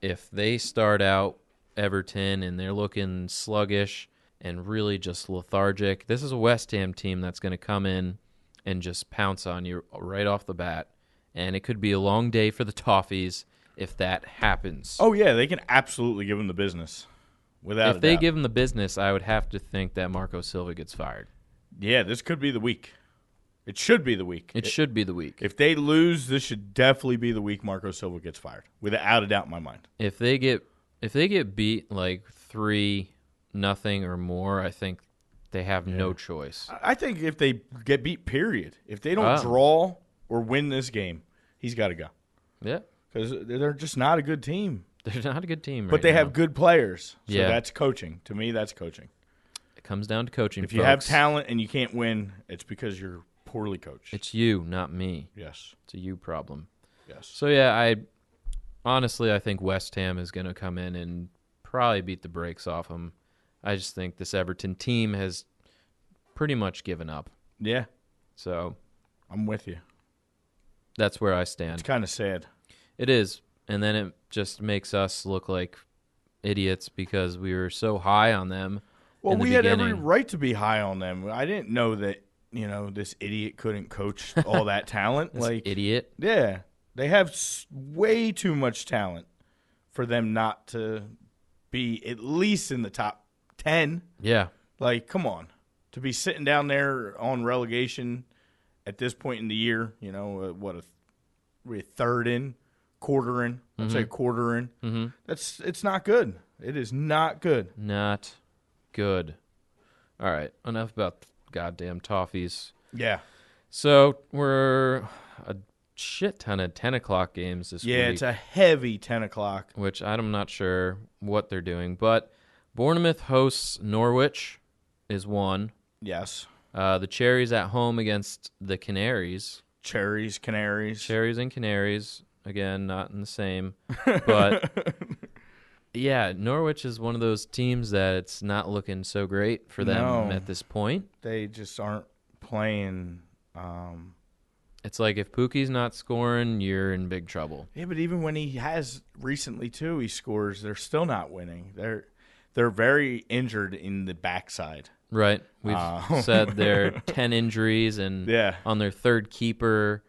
S1: if they start out Everton and they're looking sluggish and really just lethargic, this is a West Ham team that's going to come in and just pounce on you right off the bat. And it could be a long day for the Toffees if that happens.
S2: Oh yeah, they can absolutely give him the business. Without a
S1: if they
S2: doubt.
S1: give him the business, I would have to think that Marco Silva gets fired.
S2: yeah, this could be the week. It should be the week.
S1: It should be the week.
S2: If they lose, this should definitely be the week Marco Silva gets fired, without a doubt in my mind.
S1: If they get if they get beat like three nothing or more, I think they have no choice.
S2: I- I think if they get beat, period, if they don't
S1: Oh.
S2: draw or win this game, he's got to go
S1: Yeah,
S2: because they're just not a good team.
S1: they're not a good team.
S2: But
S1: right
S2: they
S1: now.
S2: have good players, so
S1: Yeah.
S2: that's coaching. To me, that's coaching.
S1: It comes down to coaching.
S2: If you have
S1: folks.
S2: talent and you can't win, it's because you're poorly coached.
S1: it's you, not me.
S2: yes,
S1: It's a you problem.
S2: yes.
S1: So yeah, I honestly I think West Ham is going to come in and probably beat the brakes off them. I just think this Everton team has pretty much given up.
S2: Yeah,
S1: So
S2: I'm with you.
S1: that's where I
S2: It's
S1: stand.
S2: kind of sad.
S1: It is, and then it just makes us look like idiots because we were so high on them.
S2: Well,
S1: in the
S2: we had every
S1: beginning.
S2: right to be high on them. I didn't know that you know this idiot couldn't coach all that talent.
S1: This
S2: like
S1: idiot.
S2: Yeah, they have s- way too much talent for them not to be at least in the top ten.
S1: Yeah,
S2: Like, come on, to be sitting down there on relegation at this point in the year, you know uh, what a, we a third in, quarter in, I'd say quarter in. Mm-hmm. That's it's not good. It is not good.
S1: Mm. not good. All right, enough about goddamn toffees.
S2: Yeah,
S1: So we're a shit ton of ten o'clock games this
S2: yeah,
S1: week,
S2: it's a heavy ten o'clock.
S1: which I'm not sure what they're doing. But Bournemouth hosts Norwich is one.
S2: Yes,
S1: Uh, the Cherries at home against the Canaries.
S2: cherries, canaries.
S1: Cherries and Canaries again, not in the same, but yeah, Norwich is one of those teams that it's not looking so great for them
S2: No.
S1: at this point.
S2: they just aren't playing. Um,
S1: It's like if Pookie's not scoring, you're in big trouble.
S2: Yeah, but even when he has recently too, he scores. They're still not winning. They're they're very injured in the backside.
S1: Right. We've
S2: Oh.
S1: said there are 10 injuries and
S2: Yeah.
S1: on their third keeper.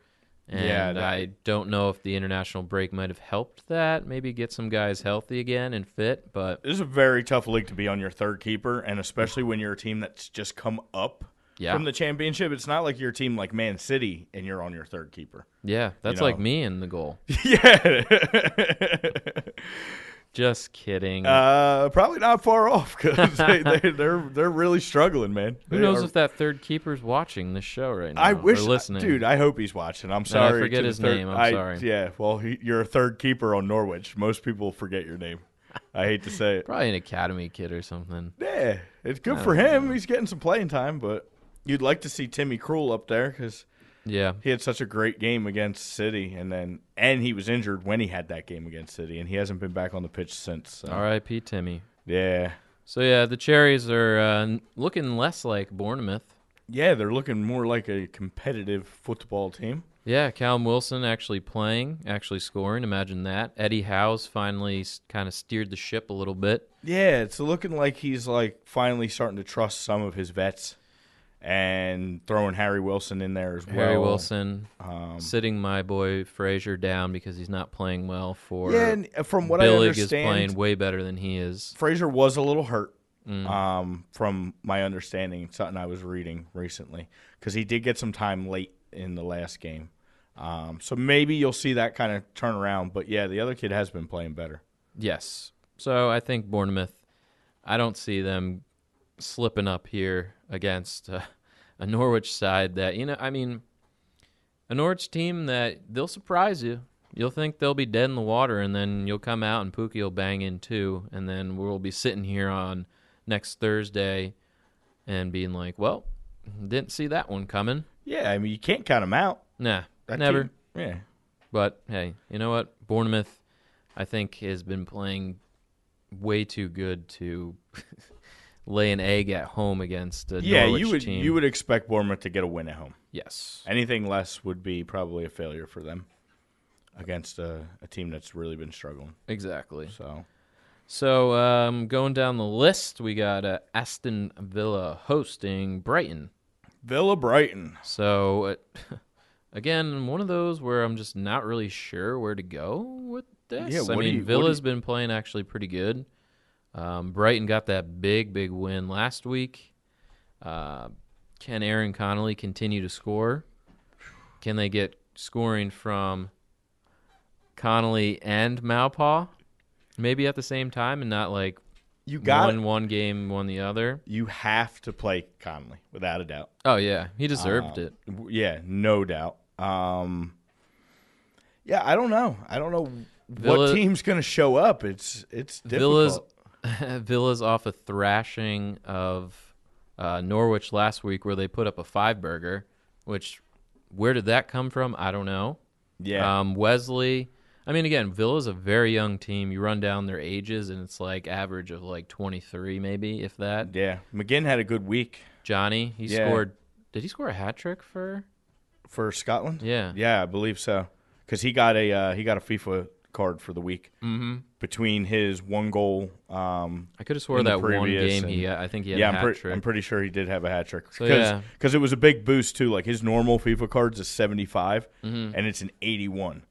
S1: And
S2: Yeah, that-
S1: I don't know if the international break might have helped that. Maybe get some guys healthy again and fit. But
S2: This is a very tough league to be on your third keeper, and especially when you're a team that's just come up
S1: Yeah.
S2: from the championship. It's not like you're a team like Man City and you're on your third keeper.
S1: yeah, that's
S2: know.
S1: like me in the goal.
S2: yeah,
S1: Just kidding.
S2: uh, probably not far off because they, they, they're they're really struggling, man.
S1: Who
S2: They
S1: knows
S2: are-
S1: if that third keeper's watching this show right now?
S2: I
S1: or
S2: wish,
S1: Oh, listening.
S2: dude. I hope he's watching. I'm
S1: I
S2: sorry.
S1: forget
S2: to the
S1: his
S2: third-
S1: name. I'm
S2: I-
S1: sorry.
S2: Yeah, well, he, you're a third keeper on Norwich. Most people forget your name. I hate to say it.
S1: Probably an academy kid or something.
S2: Yeah, it's good for him. He's getting some playing time, but you'd like to see Timmy Krul up there because
S1: Yeah.
S2: he had such a great game against City, and then and he was injured when he had that game against City, and he hasn't been back on the pitch since. So.
S1: R.I.P. Timmy.
S2: Yeah,
S1: So, yeah, the Cherries are uh, looking less like Bournemouth.
S2: yeah, they're looking more like a competitive football team.
S1: Yeah, Callum Wilson actually playing, actually scoring. Imagine that. Eddie Howe's finally kind of steered the ship a little bit.
S2: Yeah, it's looking like he's like finally starting to trust some of his vets and throwing Harry Wilson in there as well. um,
S1: Harry Wilson sitting my boy Frazier down because he's not playing well for
S2: Yeah, and uh, from what I
S1: Billig is playing Mm.
S2: understand,
S1: way better than he is.
S2: Frazier was a little hurt. Um, from my understanding, something I was reading recently, because he did get some time late in the last game. Um, so maybe you'll see that kind of turnaround. But yeah, the other kid has been playing better.
S1: Yes. So I think Bournemouth, I don't see them slipping up here against uh, a Norwich side that, you know, I mean, a Norwich team that they'll surprise you. You'll think they'll be dead in the water, and then you'll come out and Pookie will bang in two, and then we'll be sitting here on next Thursday and being like, well, didn't see that one coming.
S2: Yeah, I mean you can't count him out.
S1: Nah,
S2: That
S1: never.
S2: team- yeah,
S1: But hey, you know what? Bournemouth, I think, has been playing way too good to lay an egg at home against a
S2: yeah.
S1: Norwich
S2: you would
S1: team.
S2: you would expect Bournemouth to get a win at home.
S1: yes,
S2: Anything less would be probably a failure for them against a, a team that's really been struggling.
S1: exactly.
S2: So
S1: So um, going down the list, we got uh, Aston Villa hosting Brighton.
S2: Villa Brighton.
S1: So uh, again, one of those where I'm just not really sure where to go with this.
S2: Yeah,
S1: I
S2: what do
S1: mean,
S2: you- what do
S1: Villa's been playing actually pretty good. Um, Brighton got that big, big win last week. Uh, Can Aaron Connolly continue to score? Can they get scoring from Connolly and Maupaw? Maybe at the same time and not like
S2: You got
S1: one
S2: it.
S1: one game, one the other.
S2: You have to play Conley without a doubt.
S1: Oh yeah, he deserved it.
S2: W- Yeah, no doubt. Um, yeah, I don't know. I don't know what
S1: Villa-
S2: team's going to show up. It's it's
S1: Villa's
S2: difficult.
S1: Villa's off a thrashing of uh, Norwich last week, where they put up a five burger. Which, where did that come from? I don't know.
S2: yeah,
S1: Um, Wesley. I mean, again, Villa's a very young team. You run down their ages, and it's like average of like twenty three, maybe if that.
S2: yeah. McGinn had a good week
S1: Johnny, he
S2: Yeah.
S1: scored. Did he score a hat trick for?
S2: for Scotland.
S1: Yeah.
S2: yeah, I believe so. Because he got a uh, he got a FIFA card for the week
S1: Mm-hmm.
S2: between his one goal. Um,
S1: I could have swore
S2: In the
S1: that one
S2: previous
S1: game he.
S2: and-
S1: I think he had
S2: yeah,
S1: a hat
S2: I'm, pre-
S1: trick.
S2: I'm pretty sure he did have a hat trick. Because
S1: yeah.
S2: it was a big boost too. Like his normal FIFA card's a 75,
S1: Mm-hmm.
S2: and it's an 81.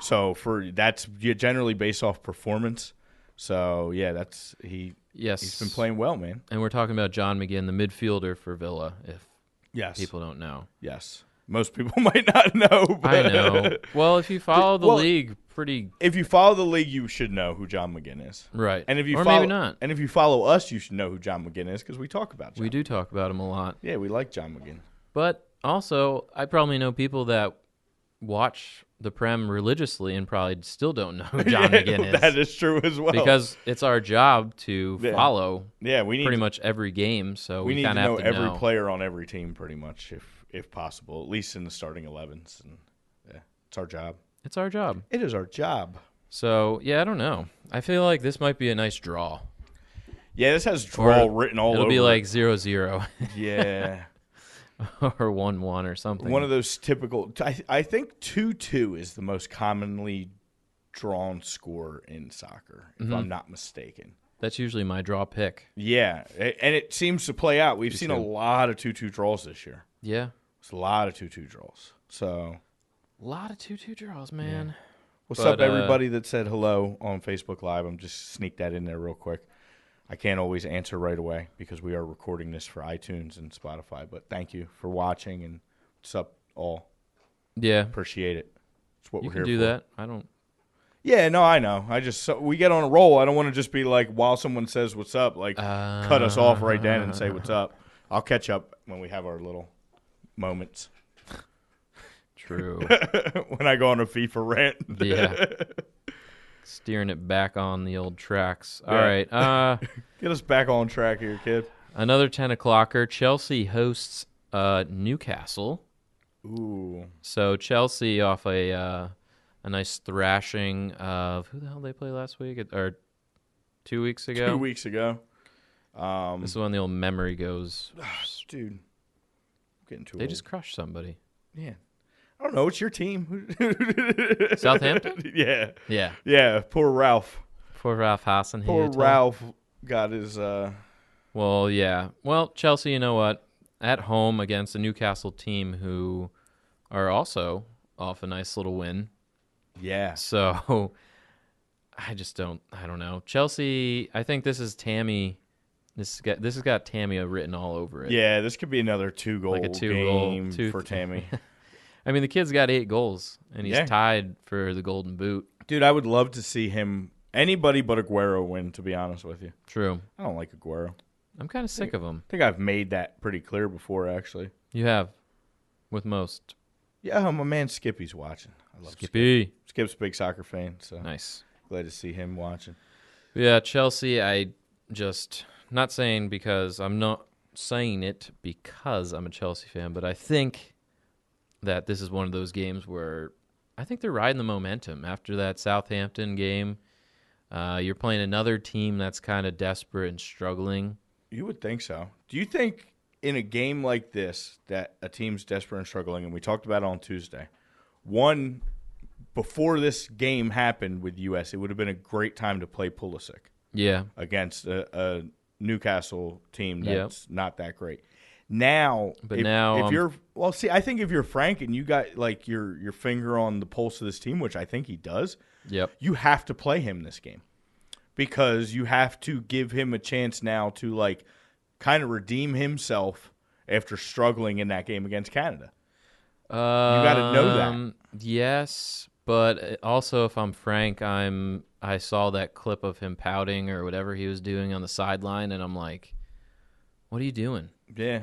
S2: So for that's you generally based off performance. So yeah, that's he.
S1: yes,
S2: He's been playing well, man.
S1: And we're talking about John McGinn, the midfielder for Villa. If
S2: Yes,
S1: people don't know.
S2: yes. Most people might not know. But
S1: I know. Well, if you follow the
S2: Well-
S1: league, pretty
S2: if you follow the league, you should know who John McGinn is.
S1: right.
S2: And if you
S1: or
S2: follow,
S1: maybe not,
S2: And if you follow us, you should know who John McGinn is because we talk about John.
S1: we do talk about him a lot.
S2: Yeah, we like John McGinn.
S1: But also, I probably know people that watch the Prem religiously and probably still don't know who John McGinn is
S2: that is true as well.
S1: because it's our job to
S2: Yeah.
S1: follow
S2: yeah, we need
S1: pretty
S2: to,
S1: much every game. So
S2: we,
S1: we,
S2: need to
S1: kind of
S2: know
S1: have to
S2: every
S1: know.
S2: player on every team, pretty much, if if possible, at least in the starting 11s. And yeah, it's our job.
S1: It's our job.
S2: It is our job.
S1: So yeah, I don't know. I feel like this might be a nice draw.
S2: Yeah, this has draw
S1: Or
S2: written all
S1: It'll
S2: over.
S1: be
S2: it.
S1: like zero zero
S2: yeah,
S1: or one one or something.
S2: one of those typical. I I think two two is the most commonly drawn score in soccer, if
S1: Mm-hmm.
S2: I'm not mistaken.
S1: That's usually my draw pick.
S2: Yeah, a- and it seems to play out. We've seen a
S1: too.
S2: lot of two-two draws this year.
S1: Yeah.
S2: It's a lot of two-two draws. So,
S1: A lot of two two draws, man.
S2: what's
S1: But,
S2: up,
S1: uh,
S2: everybody that said hello on Facebook Live? I'm just sneak that in there real quick. I can't always answer right away because we are recording this for iTunes and Spotify. But thank you for watching and what's up, all.
S1: Yeah.
S2: Appreciate it. It's what
S1: You
S2: we're
S1: can
S2: here
S1: do
S2: for.
S1: that. I don't.
S2: Yeah, no, I know. I just so we get on a roll. I don't want to just be like while someone says what's up, like cut us off right then and say what's up.
S1: Ah.
S2: I'll catch up when we have our little moments
S1: True.
S2: when I go on a FIFA rant.
S1: yeah. Steering it back on the old tracks. All
S2: Yeah.
S1: right. Uh,
S2: Get us back on track here, kid.
S1: another ten o'clocker. Chelsea hosts uh, Newcastle.
S2: Ooh,
S1: So Chelsea off a uh, a nice thrashing of who the hell they play last week It- or two weeks ago.
S2: two weeks ago,
S1: This is when the old memory goes.
S2: dude. I'm getting too
S1: They
S2: old.
S1: just crushed somebody.
S2: yeah. I don't know. It's your team.
S1: Southampton.
S2: yeah,
S1: Yeah.
S2: yeah. Poor Ralph.
S1: Poor Ralph Hassan. he
S2: Poor
S1: had-
S2: Ralph got his. uh
S1: Well, yeah. Well, Chelsea, you know what? At home against a Newcastle team who are also off a nice little win.
S2: Yeah.
S1: So I just don't I don't know. Chelsea, I think this is Tammy this has got this has got Tammy written all over it.
S2: Yeah, this could be another two goal
S1: a two-goal,
S2: game
S1: two-
S2: for Tammy.
S1: I mean, the kid's got 8 goals and he's
S2: Yeah.
S1: tied for the golden boot.
S2: Dude, I would love to see him anybody but Aguero win, to be honest with you.
S1: True.
S2: I don't like Aguero. I
S1: I'm kind of sick of him.
S2: think I've made that pretty clear before actually.
S1: You have with most.
S2: Yeah, my man Skippy's watching. I love Skip.
S1: Skippy.
S2: Skip's a big soccer fan, so
S1: Nice.
S2: glad to see him watching.
S1: Yeah, Chelsea, I just not saying because I'm not saying it because I'm a Chelsea fan, but I think that this is one of those games where I think they're riding the momentum after that Southampton game. Uh, you're playing another team that's kind of desperate and struggling.
S2: You would think so. Do you think in a game like this that a team's desperate and struggling, and we talked about it on Tuesday, one before this game happened with US, it would have been a great time to play Pulisic.
S1: Yeah,
S2: against a, a Newcastle team
S1: Yep.
S2: that's not that great. Now,
S1: But
S2: if,
S1: now,
S2: if
S1: um,
S2: you're well, see, I think if you're Frank and you got like your your finger on the pulse of this team, which I think he does,
S1: yep,
S2: you have to play him this game because you have to give him a chance now to like kind of redeem himself after struggling in that game against Canada.
S1: Um, you
S2: gotta know that.
S1: Um, Yes, but also, if I'm frank, I'm I saw that clip of him pouting or whatever he was doing on the sideline, and I'm like, "What are you doing?"
S2: Yeah.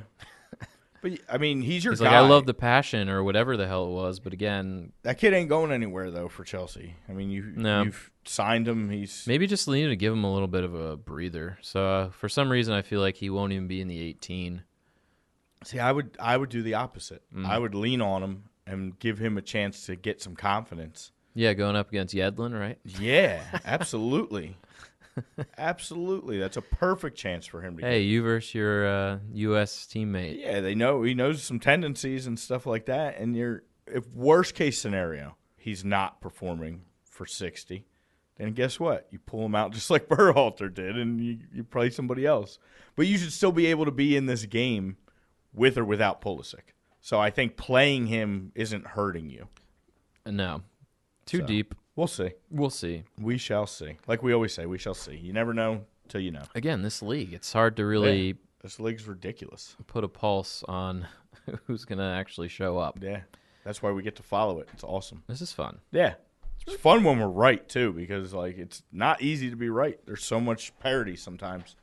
S2: but I mean, he's your
S1: He's
S2: guy.
S1: like, "I love the passion" or whatever the hell it was. But again,
S2: that kid ain't going anywhere though for Chelsea. I mean, you
S1: No.
S2: you've signed him. He's
S1: maybe just need to give him a little bit of a breather. So uh, for some reason, I feel like he won't even be in the 18.
S2: See, I would I would do the opposite.
S1: Mm.
S2: I would lean on him and give him a chance to get some confidence.
S1: Yeah, going up against Yedlin, right?
S2: Yeah, absolutely. absolutely. That's a perfect chance for him to
S1: Hey, you versus your uh, U.S. teammate.
S2: get. Yeah, they know he knows some tendencies and stuff like that and you're if worst case scenario, he's not performing for 60, then guess what? You pull him out just like Burhalter did and you, you play somebody else. But you should still be able to be in this game with or without Pulisic. So I think playing him isn't hurting you.
S1: No, too
S2: So.
S1: deep.
S2: We'll see.
S1: We'll see.
S2: We shall see. Like we always say, we shall see. You never know till you know.
S1: Again, this league, it's hard to really
S2: Yeah. This league's ridiculous.
S1: put a pulse on who's going to actually show up.
S2: Yeah. That's why we get to follow it. It's awesome.
S1: This is fun.
S2: Yeah. It's fun when we're right too, because like it's not easy to be right. There's so much parody sometimes.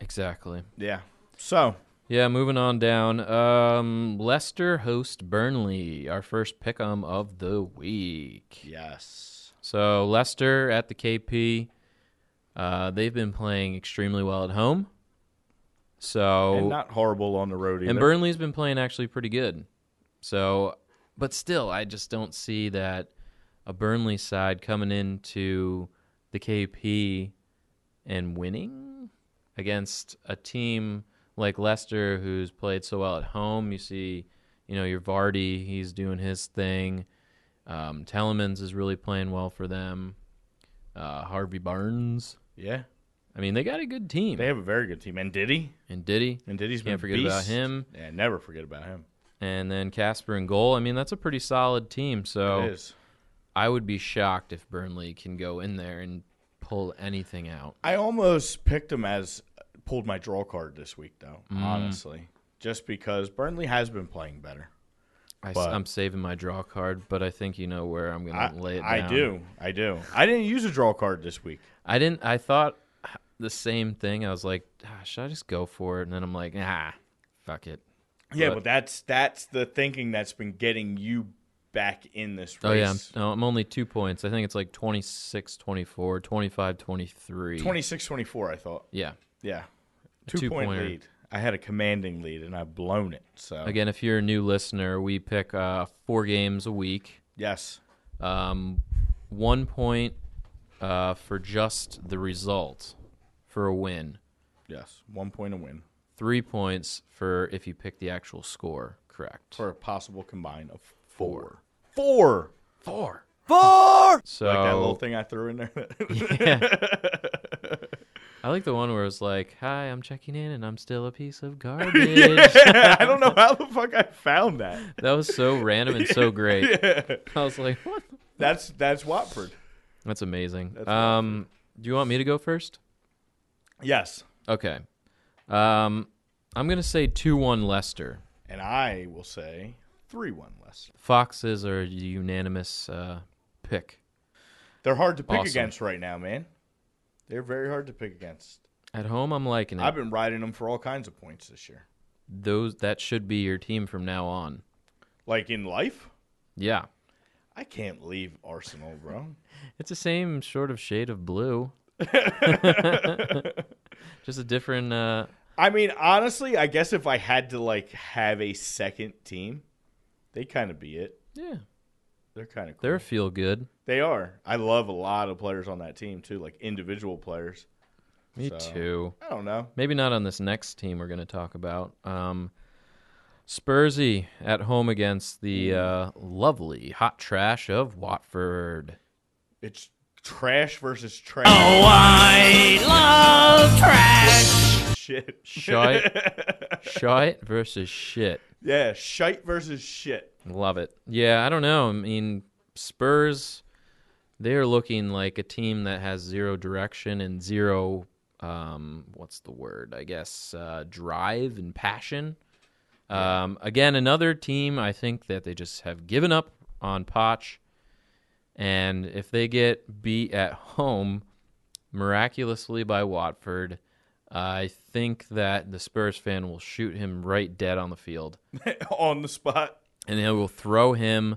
S1: Exactly.
S2: Yeah. So
S1: Yeah, moving on down. Um, Leicester host Burnley, our first pick 'em of the week.
S2: Yes.
S1: So Leicester at the KP, uh, they've been playing extremely well at home. So
S2: And not horrible on the road either.
S1: And Burnley's been playing actually pretty good. So, but still, I just don't see that a Burnley side coming into the KP and winning against a team like Leicester, who's played so well at home. You see, you know, your Vardy, he's doing his thing. Um, Telemans is really playing well for them. Uh, Harvey Barnes.
S2: yeah.
S1: I mean, they got a good team.
S2: They have a very good team. And Diddy.
S1: and Diddy.
S2: And Diddy's been
S1: Can't
S2: a
S1: forget about
S2: beast.
S1: him.
S2: Yeah, never forget about him.
S1: and then Casper and goal. I mean, that's a pretty solid team.
S2: It
S1: So
S2: is.
S1: I would be shocked if Burnley can go in there and pull anything out.
S2: I almost picked him as pulled my draw card this week though,
S1: Mm.
S2: honestly. Just because Burnley has been playing better.
S1: I,
S2: But-
S1: am saving my draw card, but I think you know where I'm going to lay it down.
S2: I do. I do. I didn't use a draw card this week.
S1: I didn't. I thought the same thing. I was like, ah, should I just go for it? And then I'm like, ah, fuck it.
S2: Yeah,
S1: But-
S2: but, that's that's the thinking that's been getting you back in this race.
S1: Oh yeah, I'm, no, I'm only two points. I think it's like 26, 24, 25, 23.
S2: 26 24, I thought.
S1: Yeah.
S2: Yeah. Two, point
S1: two-pointer.
S2: lead. I had a commanding lead and I've blown it. So,
S1: Again, if you're a new listener, we pick uh, four games a week.
S2: yes.
S1: um, one point uh, for just the result for a win,
S2: Yes. One point a win
S1: three points for if you pick the actual score correct.
S2: for a possible combine of
S1: Four. Oh.
S2: four. Four.
S1: Four. So
S2: Like that little thing I threw in there.
S1: I like the one where it's like, "Hi, I'm checking in, and I'm still a piece of garbage."
S2: I don't know how the fuck I found that.
S1: That was so random and so great. I was like, "What?" the-
S2: That's that's Watford.
S1: That's amazing.
S2: That's
S1: um, do you want me to go first?
S2: Yes.
S1: Okay. Um, I'm gonna say two-one Leicester.
S2: And I will say 3 1 less.
S1: Foxes are a unanimous uh, pick.
S2: They're hard to pick
S1: Awesome.
S2: against right now, man. They're very hard to pick against.
S1: At home, I'm liking it.
S2: I've been riding them for all kinds of points this year.
S1: Those that should be your team from now on.
S2: Like in life,
S1: Yeah,
S2: I can't leave Arsenal, bro.
S1: it's the same sort of shade of blue. Just a different. Uh,
S2: I mean, honestly, I guess if I had to like have a second team, they kind of be it.
S1: yeah,
S2: They're kind of cool.
S1: they're feel good.
S2: They are. I love a lot of players on that team too, like individual players.
S1: Me
S2: So-
S1: too.
S2: I don't know.
S1: Maybe not on this next team we're going to talk about. Um, Spursy at home against the uh, lovely hot trash of Watford.
S2: It's trash versus trash. Oh, I love trash. Shit.
S1: Shite, shite versus shit.
S2: Yeah, shite versus shit.
S1: Love it. Yeah, I don't know. I mean, Spurs, they're looking like a team that has zero direction and zero, um, what's the word? I guess uh, drive and passion. Um, again, another team I think that they just have given up on Poch. And if they get beat at home miraculously by Watford, I think that the Spurs fan will shoot him right dead on the field.
S2: on the spot.
S1: And they will throw him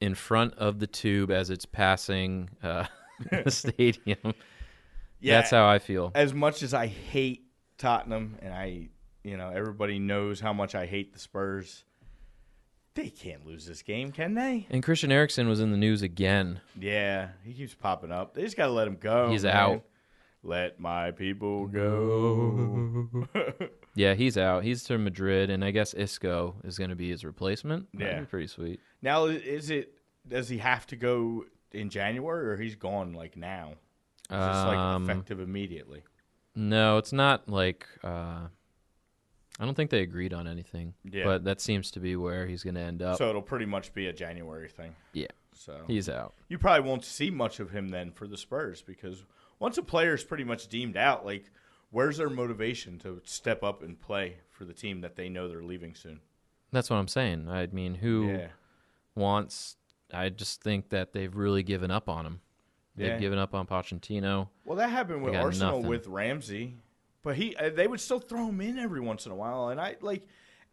S1: in front of the tube as it's passing uh, the stadium.
S2: Yeah,
S1: That's how I feel.
S2: as much as I hate Tottenham and I, you know, everybody knows how much I hate the Spurs. They can't lose this game, can they?
S1: And Christian Eriksen was in the news again.
S2: Yeah, he keeps popping up. They just gotta let him go.
S1: He's
S2: man.
S1: out. Mm-hmm.
S2: Let my people go.
S1: Yeah, he's out. He's to Madrid, and I guess Isco is going to be his replacement.
S2: Yeah.
S1: That'd be pretty sweet.
S2: Now, is it? Does he have to go in January, or he's gone like now? It's just like
S1: Um,
S2: effective immediately.
S1: No, it's not like. Uh, I don't think they agreed on anything.
S2: Yeah.
S1: But that seems to be where he's going to end up.
S2: So it'll pretty much be a January thing.
S1: yeah,
S2: So
S1: he's out.
S2: you probably won't see much of him then for the Spurs because once a player is pretty much deemed out, like where's their motivation to step up and play for the team that they know they're leaving soon?
S1: That's what I'm saying. I mean, who
S2: Yeah,
S1: wants? I just think that they've really given up on him. They've
S2: Yeah.
S1: given up on Pochettino.
S2: well that happened with
S1: got
S2: Arsenal
S1: nothing.
S2: with Ramsey, but he uh, they would still throw him in every once in a while, and I like,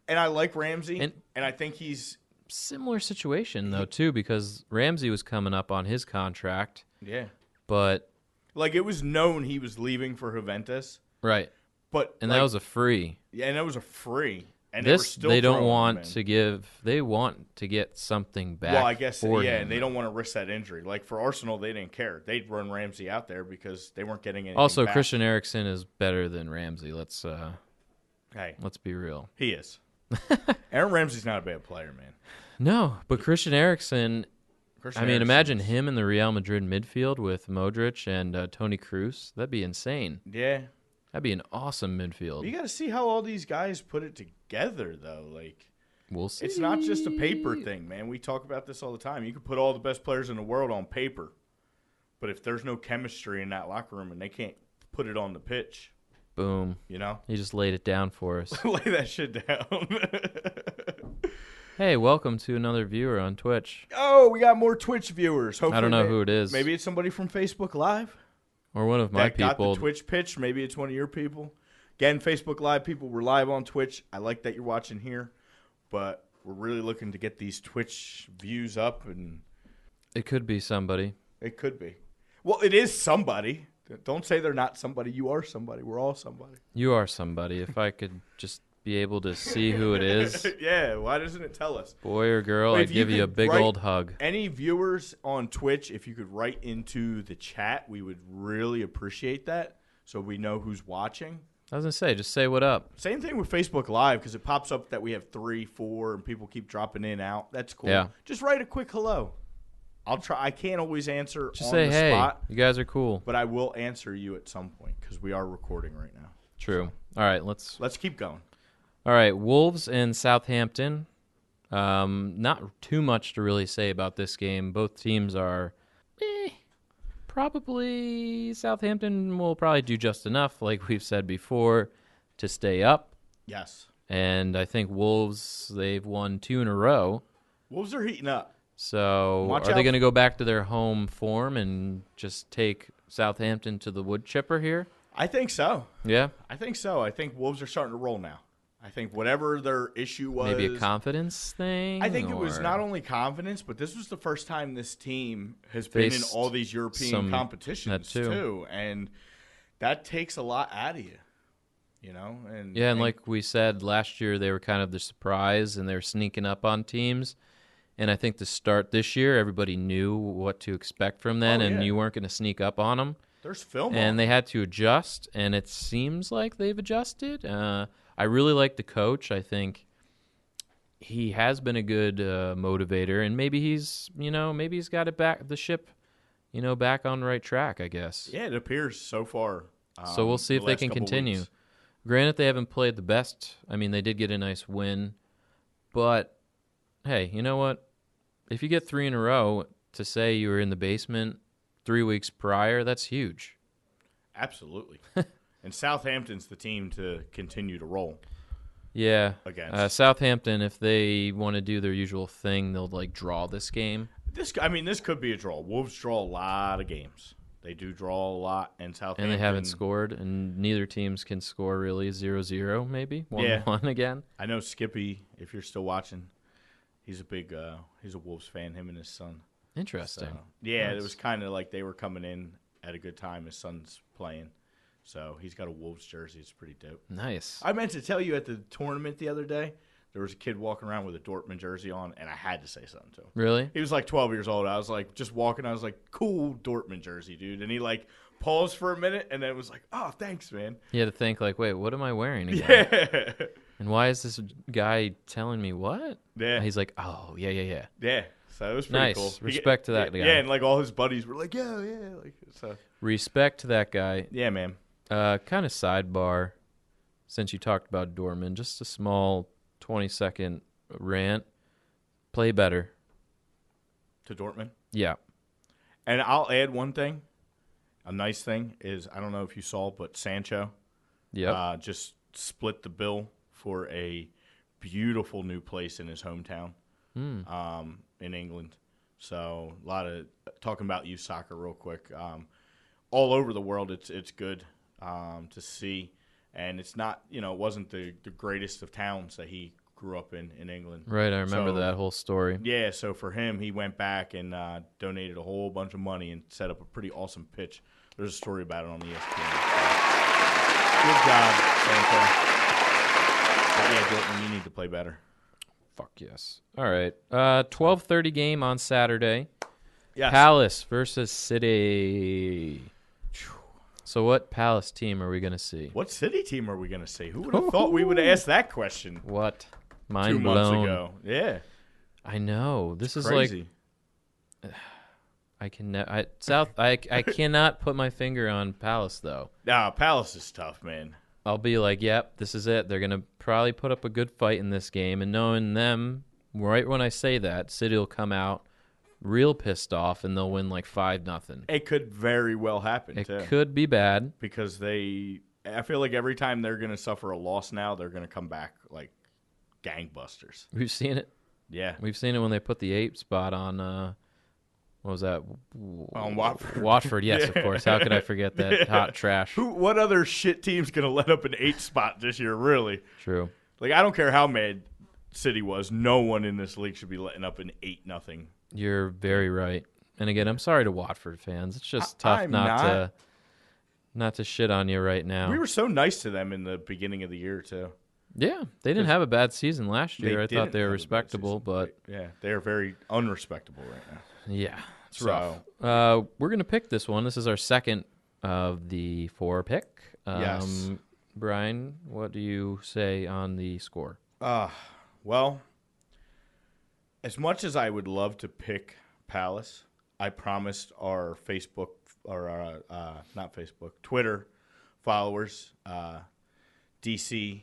S2: and I like Ramsey, and,
S1: And-
S2: I think he's
S1: Similar situation though too, because Ramsey was coming up on his contract,
S2: yeah,
S1: but
S2: like it was known he was leaving for Juventus,
S1: right,
S2: but
S1: and
S2: like,
S1: that was a free.
S2: yeah, and that was a free. And they were
S1: this
S2: still
S1: they
S2: throwing
S1: don't
S2: him
S1: want
S2: in.
S1: to give they want to get something back
S2: Well, I guess
S1: for
S2: yeah,
S1: him.
S2: and they don't want to risk that injury. Like for Arsenal, they didn't care. They'd run Ramsey out there because they weren't getting anything.
S1: also
S2: back.
S1: christian erickson is better than ramsey let's uh
S2: hey,
S1: let's be real
S2: he is. Aaron Ramsey's not a bad player, man.
S1: no but christian erickson
S2: Christian
S1: i mean
S2: Eriksen
S1: imagine
S2: is-
S1: him in the real madrid midfield with modric and uh, tony cruz that'd be insane
S2: Yeah,
S1: that'd be an awesome midfield
S2: you got to see how all these guys put it together, though. Like
S1: we'll see
S2: it's not just a paper thing, man. We talk about this all the time. You can put all the best players in the world on paper, but if there's no chemistry in that locker room and they can't put it on the pitch,
S1: boom
S2: you know,
S1: he just laid it down for us
S2: lay that shit down.
S1: hey welcome to another viewer on twitch
S2: Oh, we got more Twitch viewers. Hopefully,
S1: know
S2: may-
S1: who it is.
S2: Maybe it's somebody from Facebook Live
S1: or one of my
S2: that got the
S1: people
S2: Twitch pitch. Maybe it's one of your people. Again, Facebook Live people, we're live on Twitch. I like that you're watching here, but we're really looking to get these Twitch views up, and
S1: it could be somebody
S2: it could be. Well, it is somebody. Don't say they're not somebody. You are somebody. We're all somebody.
S1: You are somebody. If I could just be able to see who it is,
S2: yeah. Why doesn't it tell us?
S1: boy or girl,
S2: Well,
S1: I'd
S2: if you
S1: give you a
S2: could
S1: big
S2: write-
S1: old hug.
S2: Any viewers on Twitch, if you could write into the chat, we would really appreciate that, so we know who's watching.
S1: I was gonna say, just say what up.
S2: Same thing with Facebook Live because it pops up that we have three, four, and people keep dropping in out. That's cool.
S1: Yeah.
S2: Just write a quick hello. I'll try. I can't always answer
S1: Just
S2: on
S1: say
S2: the
S1: hey.
S2: spot,
S1: You guys are cool.
S2: but I will answer you at some point because we are recording right now.
S1: True. All right, let's.
S2: Let's keep going.
S1: All right, Wolves and Southampton. Um, not too much to really say about this game. Both teams are. eh, probably Southampton will probably do just enough, like we've said before, to stay up.
S2: Yes.
S1: And I think Wolves they've won two in a row.
S2: Wolves are heating up.
S1: So
S2: Watch
S1: are they
S2: out.
S1: going to go back to their home form and just take Southampton to the wood chipper here?
S2: I think so.
S1: Yeah,
S2: I think so. I think Wolves are starting to roll now. I think whatever their issue was,
S1: maybe a confidence thing.
S2: I think it was
S1: or
S2: not only confidence, but this was the first time this team has been in
S1: Faced
S2: all these European
S1: some-
S2: competitions
S1: that too.
S2: too. and that takes a lot out of you, you know. And
S1: Yeah, and like we said last year, they were kind of the surprise and they were sneaking up on teams. And I think to start this year, everybody knew what to expect from them,
S2: Oh,
S1: and
S2: yeah.
S1: you weren't going to sneak up on them.
S2: there's film,
S1: and
S2: and
S1: they had to adjust and it seems like they've adjusted uh, i really like the coach i think he has been a good uh, motivator and maybe he's you know maybe he's got it back the ship you know back on the right track i guess
S2: yeah, it appears so far.
S1: so
S2: um,
S1: we'll see
S2: the
S1: if they
S2: last
S1: can
S2: couple
S1: continue
S2: weeks.
S1: granted they haven't played the best i mean they did get a nice win but hey you know what if you get three in a row to say you were in the basement three weeks prior that's huge
S2: Absolutely, and Southampton's the team to continue to roll.
S1: Yeah.
S2: Against.
S1: Uh, Southampton, if they want to do their usual thing, they'll like draw this game.
S2: This, I mean, this could be a draw. Wolves draw a lot of games. They do draw a lot, and
S1: And
S2: Southampton
S1: they haven't scored, and neither teams can score really. Zero zero, maybe one
S2: Yeah.
S1: one again.
S2: I know Skippy. If you're still watching, he's a big, uh, he's a Wolves fan. Him and his son.
S1: Interesting.
S2: So, yeah,
S1: Nice.
S2: it was kind of like they were coming in at a good time. His son's playing, so he's got a Wolves jersey. It's pretty dope.
S1: Nice.
S2: I meant to tell you at the tournament the other day, there was a kid walking around with a Dortmund jersey on, and I had to say something to him.
S1: Really?
S2: He was like 12 years old. I was like, just walking. I was like, cool Dortmund jersey, dude. And he like paused for a minute, and then was like, oh, thanks, man.
S1: You had to think like, wait, what am I wearing again?
S2: Yeah,
S1: And why is this guy telling me what?
S2: yeah,
S1: He's like, oh yeah, yeah, yeah.
S2: yeah. So it was pretty
S1: Nice.
S2: cool. He-
S1: Respect to that
S2: yeah,
S1: guy.
S2: Yeah, and like all his buddies were like, yeah, yeah. Like, so
S1: Respect to that guy.
S2: yeah, man.
S1: Uh, kind of sidebar, since you talked about Dorman, just a small twenty second rant. Play better.
S2: To Dortmund.
S1: Yeah.
S2: And I'll add one thing. A nice thing is I don't know if you saw, but Sancho
S1: Yep.
S2: uh, just split the bill for a beautiful new place in his hometown
S1: Hmm.
S2: um, in England. So a lot of talking about youth soccer real quick. Um, all over the world, it's it's good um, to see, and it's not you know it wasn't the, the greatest of towns that he grew up in in England.
S1: right. I remember
S2: so-
S1: that whole story.
S2: Yeah, so for him, he went back and uh, donated a whole bunch of money and set up a pretty awesome pitch. There's a story about it on E ESPN. Good job, Santa. But yeah, Dortmund, you need to play better.
S1: Fuck yes. All right. Uh, twelve thirty game on Saturday.
S2: Yes.
S1: Palace versus City. So what Palace team are we gonna see?
S2: what city team are we going to see? Who would have thought we would have asked that question
S1: What?
S2: two
S1: Mind
S2: months
S1: blown.
S2: ago? Yeah,
S1: I know. This is
S2: crazy.
S1: like I can ne- I South I I cannot put my finger on Palace though.
S2: nah, Palace is tough, man.
S1: I'll be like, "Yep, this is it. They're going to probably put up a good fight in this game." And knowing them, right when I say that, City'll come out real pissed off and they'll win like 5 nothing.
S2: It could very well happen
S1: It
S2: too,
S1: could be bad.
S2: because they. I feel like every time they're going to suffer a loss now, they're going to come back like gangbusters.
S1: We've seen it.
S2: Yeah.
S1: We've seen it when they put the ape spot on uh what was that?
S2: On Watford.
S1: Watford, yes, of course. How could I forget that hot trash?
S2: Who? What other shit team's gonna let up an eight spot this year? Really?
S1: True.
S2: Like I don't care how mad City was. No one in this league should be letting up an eight nothing.
S1: You're very right. And again, I'm sorry to Watford fans. It's just
S2: I-
S1: tough
S2: I'm
S1: not,
S2: not.
S1: to not to shit on you right now.
S2: We were so nice to them in the beginning of the year too.
S1: yeah, they didn't have a bad season last
S2: They
S1: year. I thought
S2: didn't
S1: they were
S2: have a bad
S1: respectable,
S2: season.
S1: but
S2: Yeah, they are very unrespectable right now.
S1: yeah, it's
S2: So-
S1: rough. Uh, we're gonna pick this one. This is our second of the four pick. Um,
S2: Yes.
S1: Brian, what do you say on the score?
S2: Uh, well, as much as I would love to pick Palace, I promised our Facebook or our, uh, not Facebook, Twitter followers, uh, DC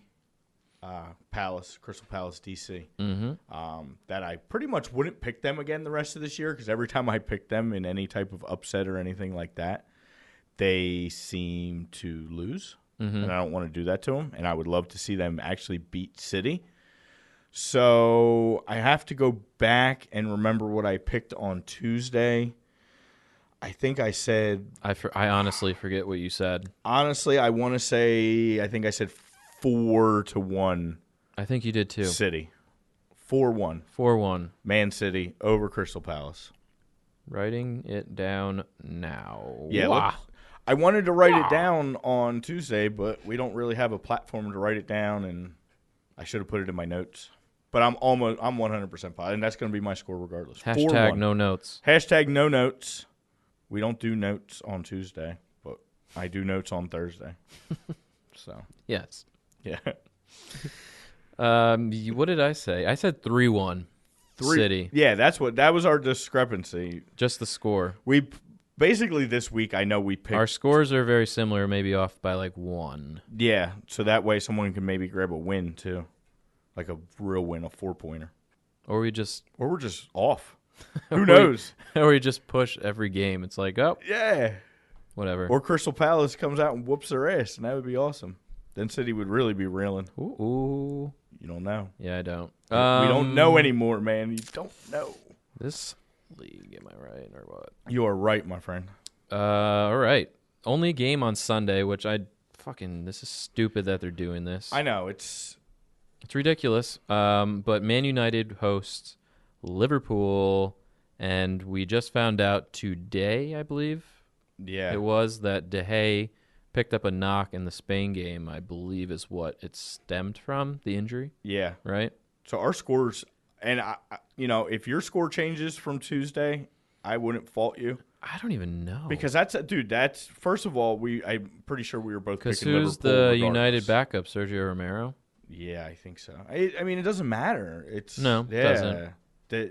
S2: uh, Palace, Crystal Palace DC, um, that I pretty much wouldn't pick them again the rest of this year because every time I pick them in any type of upset or anything like that, they seem to lose. And I don't want to do that to them. And I would love to see them actually beat City. So I have to go back and remember what I picked on Tuesday. I think I said,
S1: I for, I honestly forget what you said.
S2: honestly, I want to say, I think I said four to one
S1: I think you did too.
S2: City. 4 1,
S1: Four one.
S2: Man City over Crystal Palace.
S1: Writing it down now.
S2: Yeah.
S1: Wah.
S2: let- I wanted to write it down on Tuesday, but we don't really have a platform to write it down, and I should have put it in my notes. But I'm almost I'm 100 percent positive, and that's going to be my score regardless.
S1: Hashtag
S2: 4-1.
S1: no notes.
S2: hashtag no notes. We don't do notes on Tuesday, but I do notes on Thursday. so
S1: Yes.
S2: yeah,
S1: Um, y- what did I say? I said three one. City.
S2: Yeah, that's what that was our discrepancy.
S1: Just the score.
S2: We p- basically this week I know we picked
S1: Our scores are very similar, maybe off by like one.
S2: yeah, so that way someone can maybe grab a win too, like a real win, a four pointer.
S1: Or we just
S2: or we're just off. Who
S1: we-
S2: knows?
S1: or we just push every game. It's like, oh,
S2: Yeah.
S1: whatever.
S2: Or Crystal Palace comes out and whoops their ass, and that would be awesome. Then City would really be reeling.
S1: ooh, ooh.
S2: You don't know.
S1: Yeah, I don't.
S2: we don't know
S1: Um,
S2: anymore, man. You don't know.
S1: This league, am I right or what?
S2: You are right, my friend.
S1: Uh, all right. Only game on Sunday, which I fucking this is stupid that they're doing this.
S2: I know it's
S1: It's ridiculous. Um, but Man United hosts Liverpool, and we just found out today, I believe
S2: yeah.
S1: it was that De Gea picked up a knock in the Spain game. I believe is what it stemmed from the injury,
S2: Yeah.
S1: right?
S2: So our scores, and I, I- you know, if your score changes from Tuesday, I wouldn't fault you
S1: I don't even know
S2: because that's dude. That's first of all, we I'm pretty sure we were both
S1: because
S2: picking
S1: who's the
S2: Liverpool regardless.
S1: United backup, Sergio Romero?
S2: Yeah, I think so. I, I mean, it doesn't matter. It's
S1: No, it
S2: yeah.
S1: doesn't.
S2: De,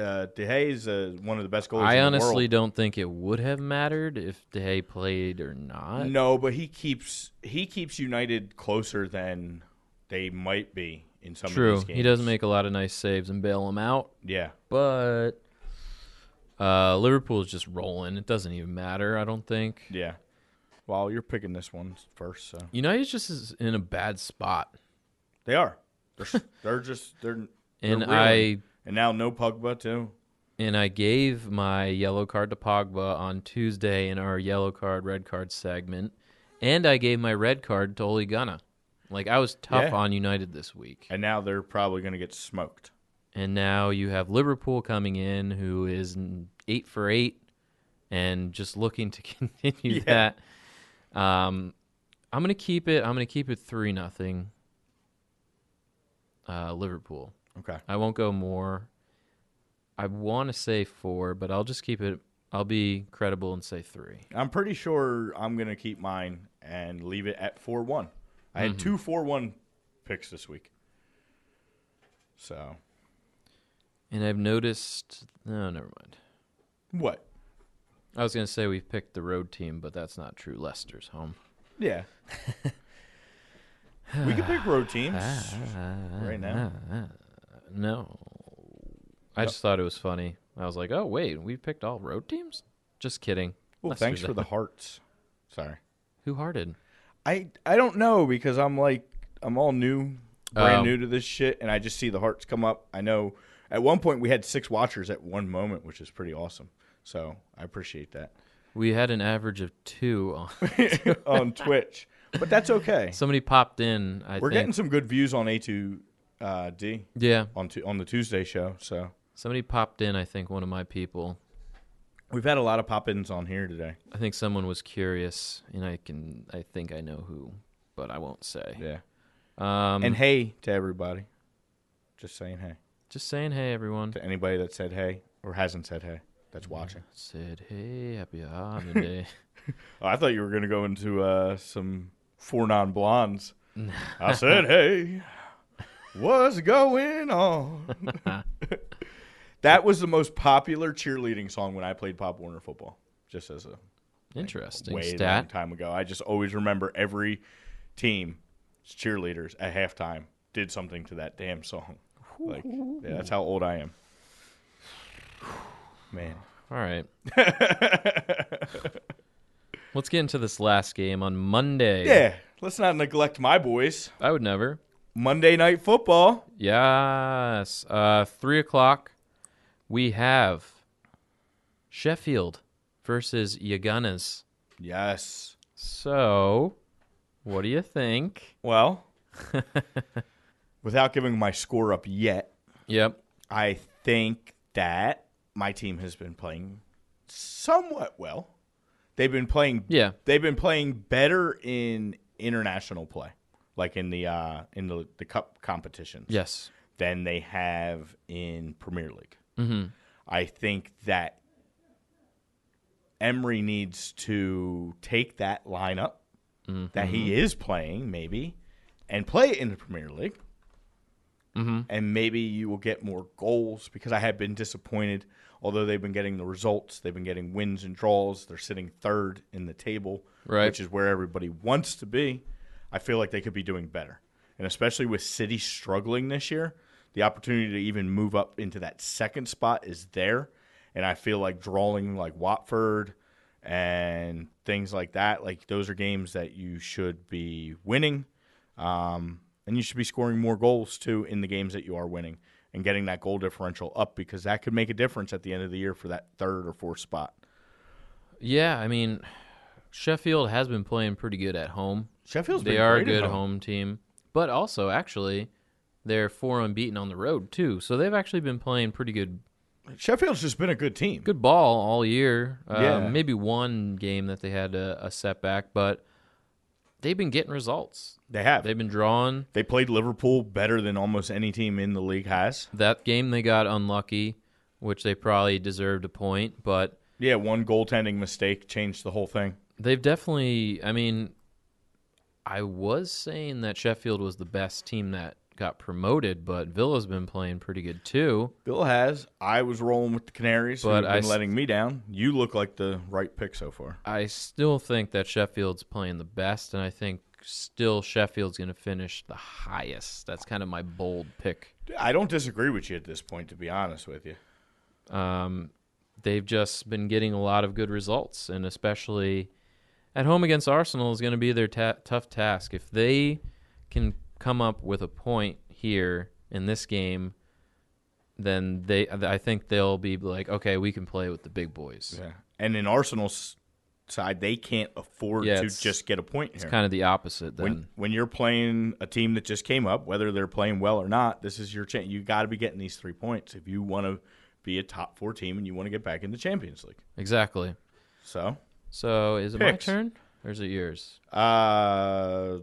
S2: uh, De Gea is uh, one of the best goalies.
S1: I
S2: in
S1: honestly
S2: the
S1: don't think it would have mattered if De Gea played or not.
S2: world. no, but he keeps he keeps United closer than they might be in some
S1: True,
S2: of these games.
S1: he does make a lot of nice saves and bail them out,
S2: Yeah,
S1: but uh, Liverpool is just rolling. It doesn't even matter. I don't think
S2: yeah. Well, you're picking this one first, so
S1: United just is in a bad spot,
S2: they are. They're, s- they're just they're
S1: and
S2: they're
S1: I
S2: reeling. and now no Pugba too.
S1: and I gave my yellow card to Pogba on Tuesday in our yellow card red card segment, and I gave my red card to Ole Gunnar. Like I was tough
S2: Yeah.
S1: on United this week.
S2: And now they're probably going to get smoked.
S1: and now you have Liverpool coming in, who is n- eight for eight, and just looking to continue that. Um, I'm gonna keep it. I'm gonna keep it three nothing. Uh, Liverpool.
S2: Okay.
S1: I won't go more. I want to say four, but I'll just keep it. I'll be credible and say three.
S2: I'm pretty sure I'm going to keep mine and leave it at 4 1. I had two 4 1 picks this week. So,
S1: And I've noticed. No, never mind.
S2: what?
S1: I was gonna say we picked the road team, but that's not true. Leicester's home.
S2: Yeah. we can pick road teams right now.
S1: No. I just thought it was funny. I was like, oh, wait, we picked all road teams? Just kidding.
S2: Well,
S1: Let's
S2: thanks
S1: do
S2: for the
S1: that.
S2: hearts. Sorry.
S1: Who hearted?
S2: I, I don't know because I'm like, I'm all new, brand
S1: Oh.
S2: new to this shit, and I just see the hearts come up. I know at one point we had six watchers at one moment, which is pretty awesome. So, I appreciate that
S1: We had an average of two. On.
S2: on Twitch. But that's okay.
S1: Somebody popped in, I
S2: We're getting
S1: think.
S2: some good views on A2D uh, D
S1: yeah.
S2: on tu- on the Tuesday show, so
S1: Somebody popped in, I think, one of my people.
S2: we've had a lot of pop-ins on here today.
S1: I think someone was curious, and I can, I think I know who, but I won't say.
S2: Yeah,
S1: Um,
S2: and hey to everybody. Just saying hey
S1: just saying, hey, everyone.
S2: to anybody that said hey or hasn't said hey that's watching.
S1: Said, hey, happy holiday.
S2: Oh, I thought you were going to go into uh, some four non blondes. I said hey, what's going on? that was the most popular cheerleading song when I played Pop Warner football. Just as a
S1: Interesting
S2: way
S1: stat.
S2: long time ago. I just always remember every team cheerleaders at halftime did something to that damn song. Like yeah, that's how old I am. Man,
S1: All right. Let's get into this last game on Monday.
S2: yeah. Let's not neglect my boys.
S1: I would never.
S2: Monday Night Football.
S1: Yes. Uh, three o'clock. We have Sheffield versus Yaganas.
S2: Yes.
S1: So, what do you think?
S2: Well, without giving my score up yet,
S1: Yep.
S2: I think that my team has been playing somewhat well. They've been playing
S1: Yeah.
S2: They've been playing better in international play, like in the uh, in the, the cup competitions,
S1: Yes.
S2: than they have in Premier League.
S1: Mhm.
S2: I think that Emery needs to take that lineup that he is playing, maybe, and play it in the Premier League. And maybe you will get more goals because I have been disappointed. Although they've been getting the results, they've been getting wins and draws. They're sitting third in the table,
S1: Right.
S2: which is where everybody wants to be. I feel like they could be doing better. And especially with City struggling this year, the opportunity to even move up into that second spot is there. And I feel like drawing like Watford and things like that, like those are games that you should be winning. Um, and you should be scoring more goals too in the games that you are winning and getting that goal differential up because that could make a difference at the end of the year for that third or fourth spot.
S1: Yeah, I mean, Sheffield has been playing pretty good at home.
S2: Sheffield's
S1: they
S2: been
S1: are a
S2: great at
S1: good
S2: home.
S1: home team, but also actually they're four unbeaten on the road too. So they've actually been playing pretty good
S2: Sheffield's just been a good team.
S1: good ball all year. Uh,
S2: Yeah.
S1: Maybe one game that they had a, a setback, but they've been getting results.
S2: They have. They,
S1: They've been drawing.
S2: played Liverpool better than almost any team in the league has.
S1: That game they got unlucky, which they probably deserved a point, but
S2: Yeah, one goaltending mistake changed the whole thing.
S1: they've definitely. I mean, I was saying that Sheffield was the best team that got promoted, but Villa's been playing pretty good too.
S2: Bill has. I was rolling with the Canaries,
S1: But
S2: but
S1: I
S2: been
S1: s-
S2: letting me down. You look like the right pick so far.
S1: I still think that Sheffield's playing the best, and I think still Sheffield's going to finish the highest. That's kind of my bold pick.
S2: I don't disagree with you at this point, to be honest with you.
S1: Um, they've just been getting a lot of good results, and especially at home against Arsenal is going to be their ta- tough task. If they can come up with a point here in this game, then they I think they'll be like, okay, we can play with the big boys.
S2: Yeah. And in Arsenal's side, they can't afford
S1: Yeah,
S2: to
S1: it's-
S2: just get a point here.
S1: It's kind of the opposite. Then
S2: when when you're playing a team that just came up, whether they're playing well or not, this is your chance. You got to be getting these three points if you want to be a top four team and you want to get back in the Champions League.
S1: exactly.
S2: So,
S1: So is it
S2: Picks.
S1: my turn or is it yours?
S2: uh,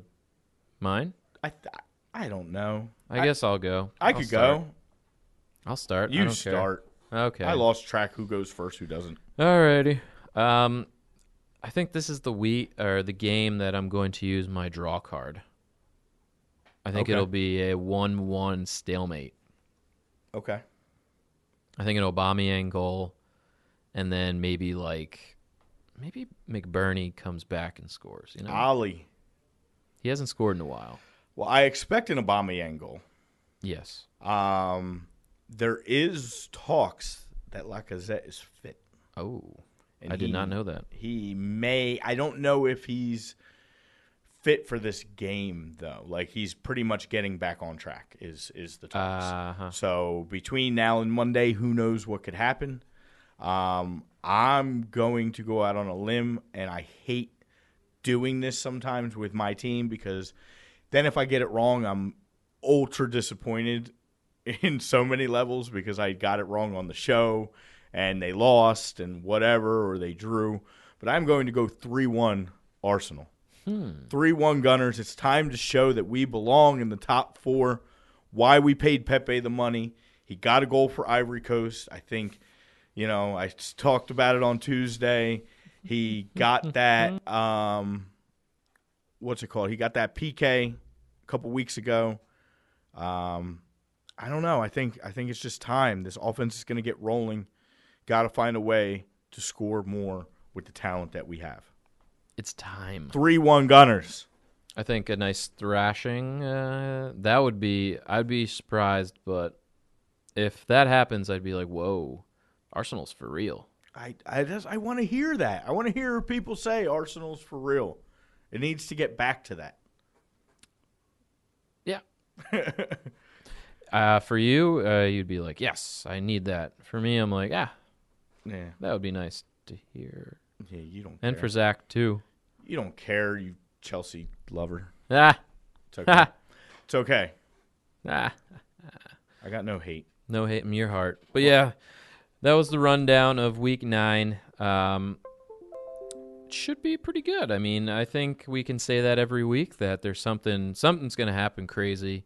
S1: Mine?
S2: I th- I don't know.
S1: I, guess I'll go.
S2: I
S1: I'll
S2: could
S1: start.
S2: go.
S1: I'll start. I
S2: You
S1: don't care.
S2: start.
S1: Okay.
S2: I lost track who goes first, who doesn't.
S1: Alrighty. Um, I think this is the we or the game that I'm going to use my draw card. I think
S2: Okay.
S1: it'll be a one-one stalemate.
S2: Okay.
S1: I think an Aubameyang goal, and then maybe like maybe McBurney comes back and scores. You know,
S2: Ollie.
S1: he hasn't scored in a while.
S2: Well, I expect an Obama angle.
S1: Yes.
S2: Um, there is talks that Lacazette is fit.
S1: Oh,
S2: And
S1: I did not
S2: he-
S1: know that.
S2: He may. I don't know if he's fit for this game though. Like he's pretty much getting back on track. Is is the talks.
S1: Uh-huh.
S2: So between now and Monday, who knows what could happen? Um, I'm going to go out on a limb, and I hate doing this sometimes with my team because then if I get it wrong, I'm ultra disappointed in so many levels because I got it wrong on the show and they lost and whatever or they drew. But I'm going to go 3 1 Arsenal. 3 1 Gunners. It's time to show that we belong in the top four. Why we paid Pepe the money. He got a goal for Ivory Coast. I think, you know, I s- talked about it on Tuesday. He got that. Um, what's it called? He got that PK a couple weeks ago. Um, I don't know. I think I think it's just time. This offense is going to get rolling. Got to find a way to score more with the talent that we have.
S1: It's time.
S2: Three one Gunners.
S1: I think a nice thrashing. Uh, that would be. I'd be surprised, but if that happens, I'd be like, "Whoa, Arsenal's for real."
S2: I I just I want to hear that. I want to hear people say Arsenal's for real. It needs to get back to that.
S1: Yeah. uh, for you, uh, you'd be like, "Yes, I need that." For me, I'm like, "Ah,
S2: Yeah,
S1: that would be nice to hear."
S2: yeah. You don't
S1: And
S2: care.
S1: for Zach too.
S2: you don't care. You Chelsea lover.
S1: Ah,
S2: It's okay. it's okay.
S1: ah,
S2: I got no hate.
S1: no hate in your heart. But yeah, that was the rundown of Week Nine. Um, should be pretty good. I mean, I think we can say that every week that there's something something's going to happen crazy.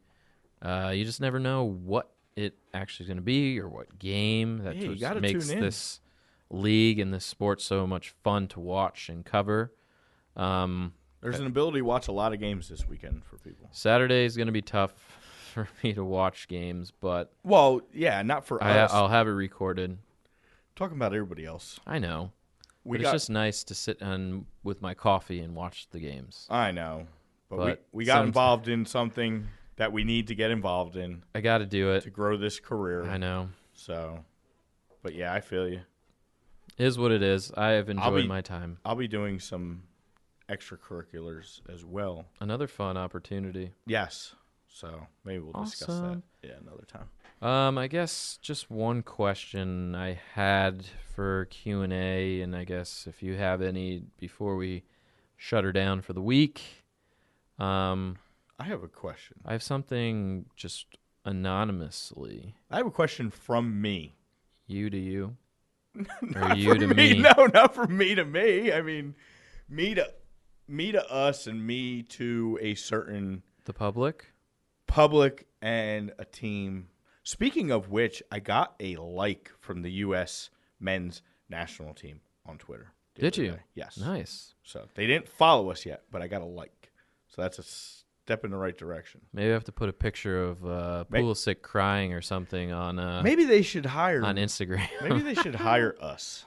S1: Uh, you just never know what it actually is going to be or what game that
S2: Yeah, you
S1: just
S2: gotta
S1: makes
S2: tune in.
S1: this league and this sport so much fun to watch and cover. Um,
S2: There's an ability to watch a lot of games this weekend for people.
S1: Saturday is going to be tough for me to watch games, but
S2: Well, yeah, not for
S1: I, uh,
S2: us.
S1: I'll have it recorded.
S2: Talking about everybody else.
S1: I know.
S2: We
S1: but
S2: got,
S1: it's just nice to sit and with my coffee and watch the games.
S2: I know, but,
S1: But
S2: we, we got
S1: some-
S2: involved in something that we need to get involved in
S1: I got to do
S2: to
S1: it.
S2: grow this career.
S1: I know.
S2: So, but yeah, I feel you.
S1: It Is what it is. I have enjoyed
S2: be-
S1: my time.
S2: I'll be doing some extracurriculars as well.
S1: Another fun opportunity.
S2: Yes, So maybe we'll discuss
S1: Awesome.
S2: that yeah another time.
S1: Um, I guess just one question I had for Q and A, and I guess if you have any before we shut her down for the week, um,
S2: I have a question.
S1: I have something just anonymously.
S2: I have a question from me.
S1: You to you, or you
S2: from
S1: to me?
S2: No, not from me to me. I mean, me to me to us, and me to a certain
S1: The public.
S2: public and a team. Speaking of which, I got a like from the U.S. men's national team on Twitter. the
S1: Did
S2: other
S1: you?
S2: day. Yes.
S1: Nice.
S2: So they didn't follow us yet, but I got a like. So that's a step in the right direction.
S1: Maybe I have to put a picture of uh,
S2: May-
S1: Pulisic crying or something on uh,
S2: Maybe they should hire.
S1: on Instagram.
S2: maybe they should hire us.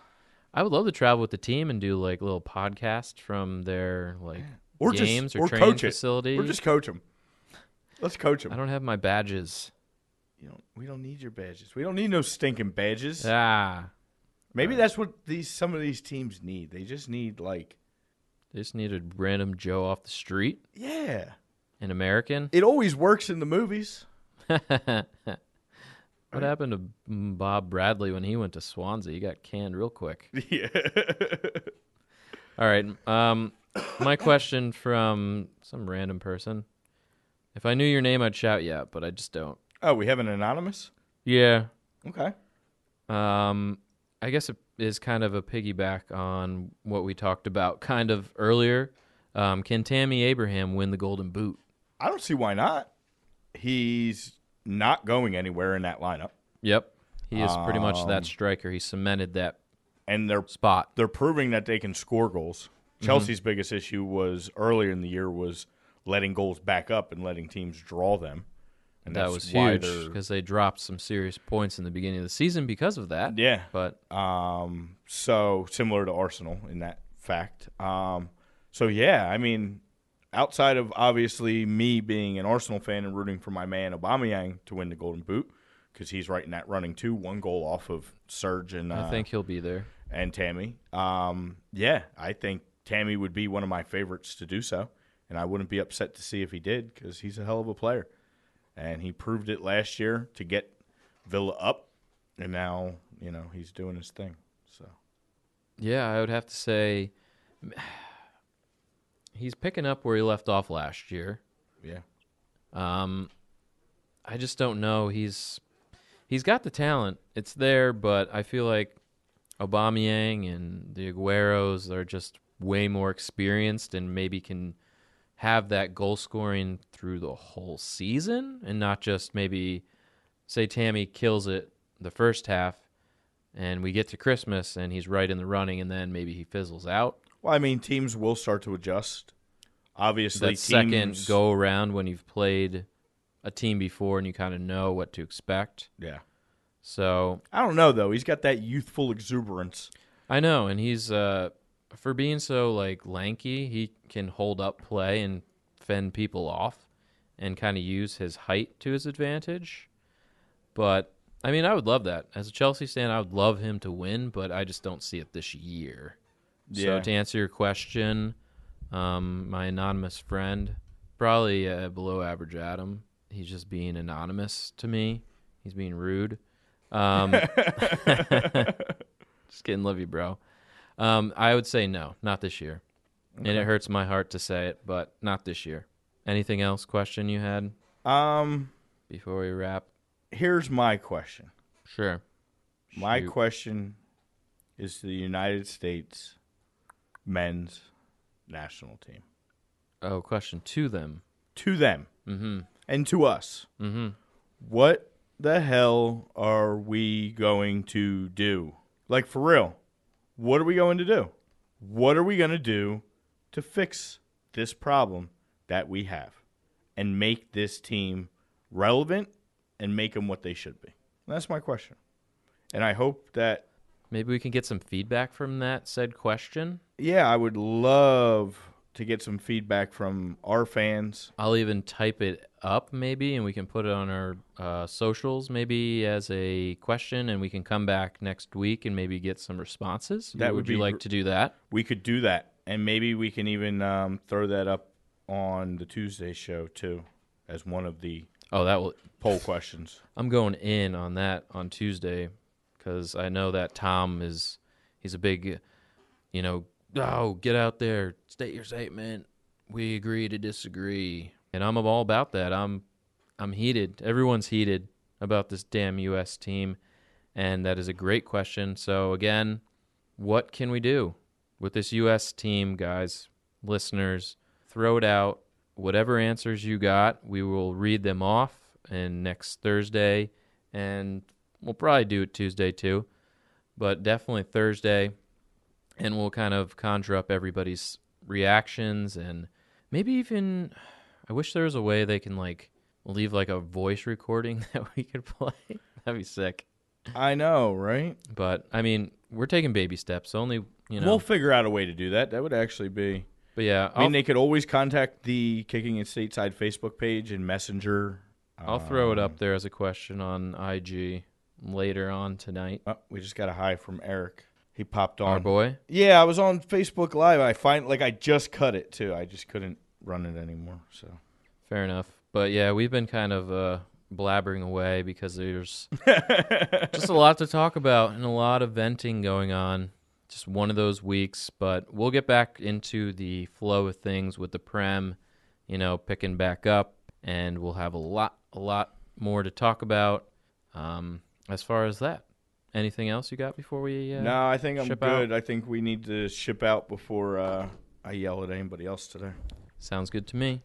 S1: I would love to travel with the team and do like little podcast from their like
S2: Or just-
S1: games or,
S2: or
S1: training
S2: coach it. Or
S1: facility.
S2: Or just coach them. Let's coach
S1: I
S2: them.
S1: don't have my badges.
S2: You don't, we don't need your badges. We don't need no stinking badges.
S1: Ah,
S2: Maybe that's what these some of these teams need. They just need like,
S1: they just need a random Joe off the street,
S2: yeah.
S1: an American.
S2: It always works in the movies.
S1: what happened to mm, Bob Bradley when he went to Swansea? He got canned real quick.
S2: Yeah.
S1: All right. Um, my question from some random person. If I knew your name, I'd shout you out, but I just don't.
S2: oh, we have an anonymous.
S1: Yeah.
S2: Okay.
S1: Um, I guess it is kind of a piggyback on what we talked about kind of earlier. Um, can Tammy Abraham win the Golden Boot?
S2: I don't see why not. He's not going anywhere in that lineup,
S1: Yep, he is pretty much
S2: Um,
S1: that striker. He cemented that
S2: and they're
S1: spot.
S2: they're proving that they can score goals.
S1: Mm-hmm.
S2: Chelsea's biggest issue was earlier in the year was letting goals back up and letting teams draw them. And
S1: That
S2: that's
S1: was
S2: why
S1: huge
S2: they're-
S1: because they dropped some serious points in the beginning of the season because of that.
S2: Yeah.
S1: but
S2: Um, so similar to Arsenal in that fact. Um, so yeah, I mean, outside of obviously me being an Arsenal fan and rooting for my man Aubameyang to win the Golden Boot because he's right in that running too, one goal off of Serge and uh,
S1: I think he'll be there.
S2: and Tammy. Um, yeah, I think Tammy would be one of my favorites to do so, and I wouldn't be upset to see if he did because he's a hell of a player, and he proved it last year to get Villa up, and now you know he's doing his thing. So
S1: Yeah, I would have to say he's picking up where he left off last year.
S2: yeah,
S1: Um, I just don't know. He's he's got the talent. It's there, but I feel like Aubameyang and the Agueros are just way more experienced and maybe can have that goal scoring through the whole season and not just maybe say Tammy kills it the first half and we get to Christmas and he's right in the running and then maybe he fizzles out.
S2: well, I mean teams will start to adjust. Obviously,
S1: that second
S2: teams-
S1: go around when you've played a team before and you kind of know what to expect.
S2: Yeah,
S1: So
S2: I don't know though. He's got that youthful exuberance.
S1: I know, and he's uh, for being so like lanky, he can hold up play and fend people off, and kind of use his height to his advantage. But I mean, I would love that as a Chelsea fan. I would love him to win, but I just don't see it this year. So
S2: Yeah.
S1: to answer your question, um, my anonymous friend, probably uh, below average Adam. He's just being anonymous to me. He's being rude. Um, just kidding, love you, bro. Um, I would say no, not this year. And it hurts my heart to say it, but not this year. Anything else? Question you had
S2: Um,
S1: before we wrap?
S2: here's my question.
S1: Sure.
S2: My
S1: Shoot.
S2: question is to the United States men's national team.
S1: Oh, question to them.
S2: To them
S1: Mm-hmm.
S2: and to us.
S1: Mm-hmm.
S2: What the hell are we going to do? Like, for real, what are we going to do? What are we going to do to fix this problem that we have and make this team relevant and make them what they should be? That's my question. And I hope that
S1: Maybe we can get some feedback from that said question.
S2: Yeah, I would love to get some feedback from our fans.
S1: I'll even type it up maybe, and we can put it on our uh, socials maybe as a question, and we can come back next week and maybe get some responses.
S2: That would
S1: you
S2: be
S1: like
S2: gr-
S1: to do that?
S2: We could do that, and maybe we can even um, throw that up on the Tuesday show too, as one of the
S1: Oh, that will.
S2: poll questions.
S1: I'm going in on that on Tuesday because I know that Tom is. He's a big, you know. Oh, get out there, state your statement. We agree to disagree, and I'm all about that. I'm, I'm heated. Everyone's heated about this damn U.S. team, and that is a great question. So again, what can we do with this U.S. team, guys, listeners? Throw it out. Whatever answers you got, we will read them off and next Thursday, and we'll probably do it Tuesday too, but definitely Thursday, and we'll kind of conjure up everybody's reactions and maybe even. I wish there was a way they can like leave like a voice recording that we could play. That'd be sick.
S2: I know, right?
S1: But I mean, we're taking baby steps. Only you know.
S2: We'll figure out a way to do that. That would actually be.
S1: but yeah,
S2: I
S1: I'll,
S2: mean, they could always contact the Kicking It Stateside Facebook page and Messenger.
S1: I'll throw it up there as a question on IG later on tonight.
S2: Oh, we just got a hi from Eric. He popped
S1: Our
S2: on.
S1: boy.
S2: Yeah, I was on Facebook Live. I find like I just cut it too. I just couldn't run it anymore. So
S1: Fair enough. But yeah, we've been kind of uh, blabbering away because there's just a lot to talk about and a lot of venting going on. Just one of those weeks, but we'll get back into the flow of things with the Prem, you know, picking back up, and we'll have a lot, a lot more to talk about um, as far as that. Anything else you got before we? Uh,
S2: no, I think I'm
S1: Ship out.
S2: good. I think we need to ship out before uh, I yell at anybody else today.
S1: Sounds good to me.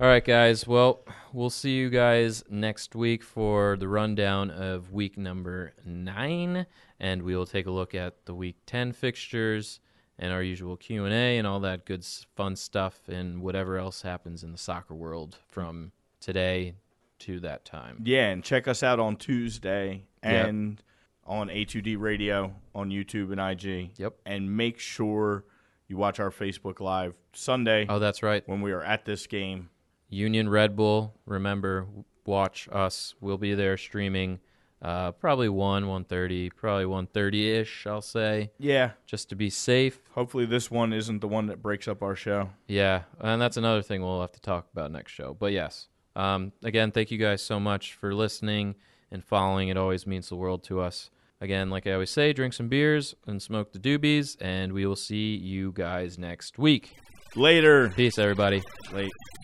S1: All right, guys. Well, we'll see you guys next week for the rundown of week number nine, and we will take a look at the week ten fixtures and our usual Q and A and all that good s- fun stuff and whatever else happens in the soccer world from today to that time.
S2: Yeah, and check us out on Tuesday
S1: Yep.
S2: and on A2D Radio on YouTube and IG.
S1: Yep.
S2: And make sure you watch our Facebook Live Sunday
S1: Oh, that's right.
S2: when we are at this game.
S1: Union Red Bull. Remember, w- watch us. We'll be there streaming. Uh, probably one one thirty, probably one thirty ish. I'll say.
S2: Yeah.
S1: just to be safe.
S2: Hopefully this one isn't the one that breaks up our show.
S1: Yeah, and that's another thing we'll have to talk about next show. But yes, um, again, thank you guys so much for listening and following. It always means the world to us. Again, like I always say, drink some beers and smoke the doobies, and we will see you guys next week.
S2: Later.
S1: Peace, everybody.
S2: Late.